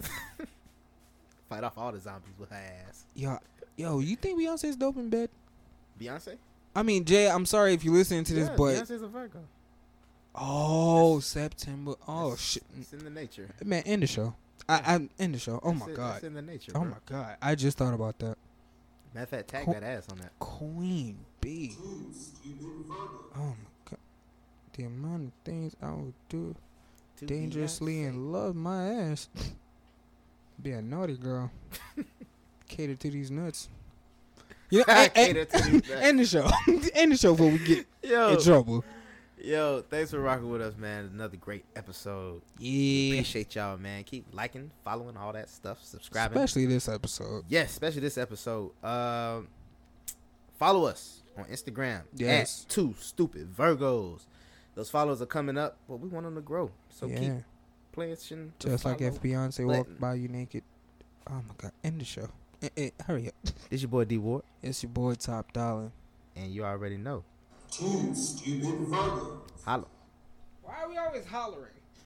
Fight off all the zombies with her ass. Yo, yo, you think Beyonce's dope in bed? Beyonce? I mean, Jay, I'm sorry if you're listening to this, Yeah, but Beyonce's a Virgo. oh, September. Oh shit, It's in the nature. man, end the show. I, I end the show. Oh That's my it, god. that's in the nature, Oh bro. my god. I just thought about that. Matter of fact, tag Cool. that ass on that. Queen B. Oh my god. The amount of things I would do To dangerously and love my ass. Be a naughty girl. Cater to these nuts. You know, and, Cater to these nuts. Oh. end the show. end the show before we get Yo. in trouble. Yo, thanks for rocking with us, man. Another great episode. Yeah. Appreciate y'all, man. Keep liking, following, all that stuff, subscribing. Especially this episode. Yes, especially this episode. Um, follow us on Instagram Yes. at two stupid Virgos. Those followers are coming up, but we want them to grow. So keep Yeah. planting. the Just like if follow Beyonce button. walked by you naked. Oh my god. End the show. Eh, eh, hurry up. This your boy D Ward, It's your boy Top Dollar. and you already know. Two stupid Virgos. Holla. Why are we always hollering?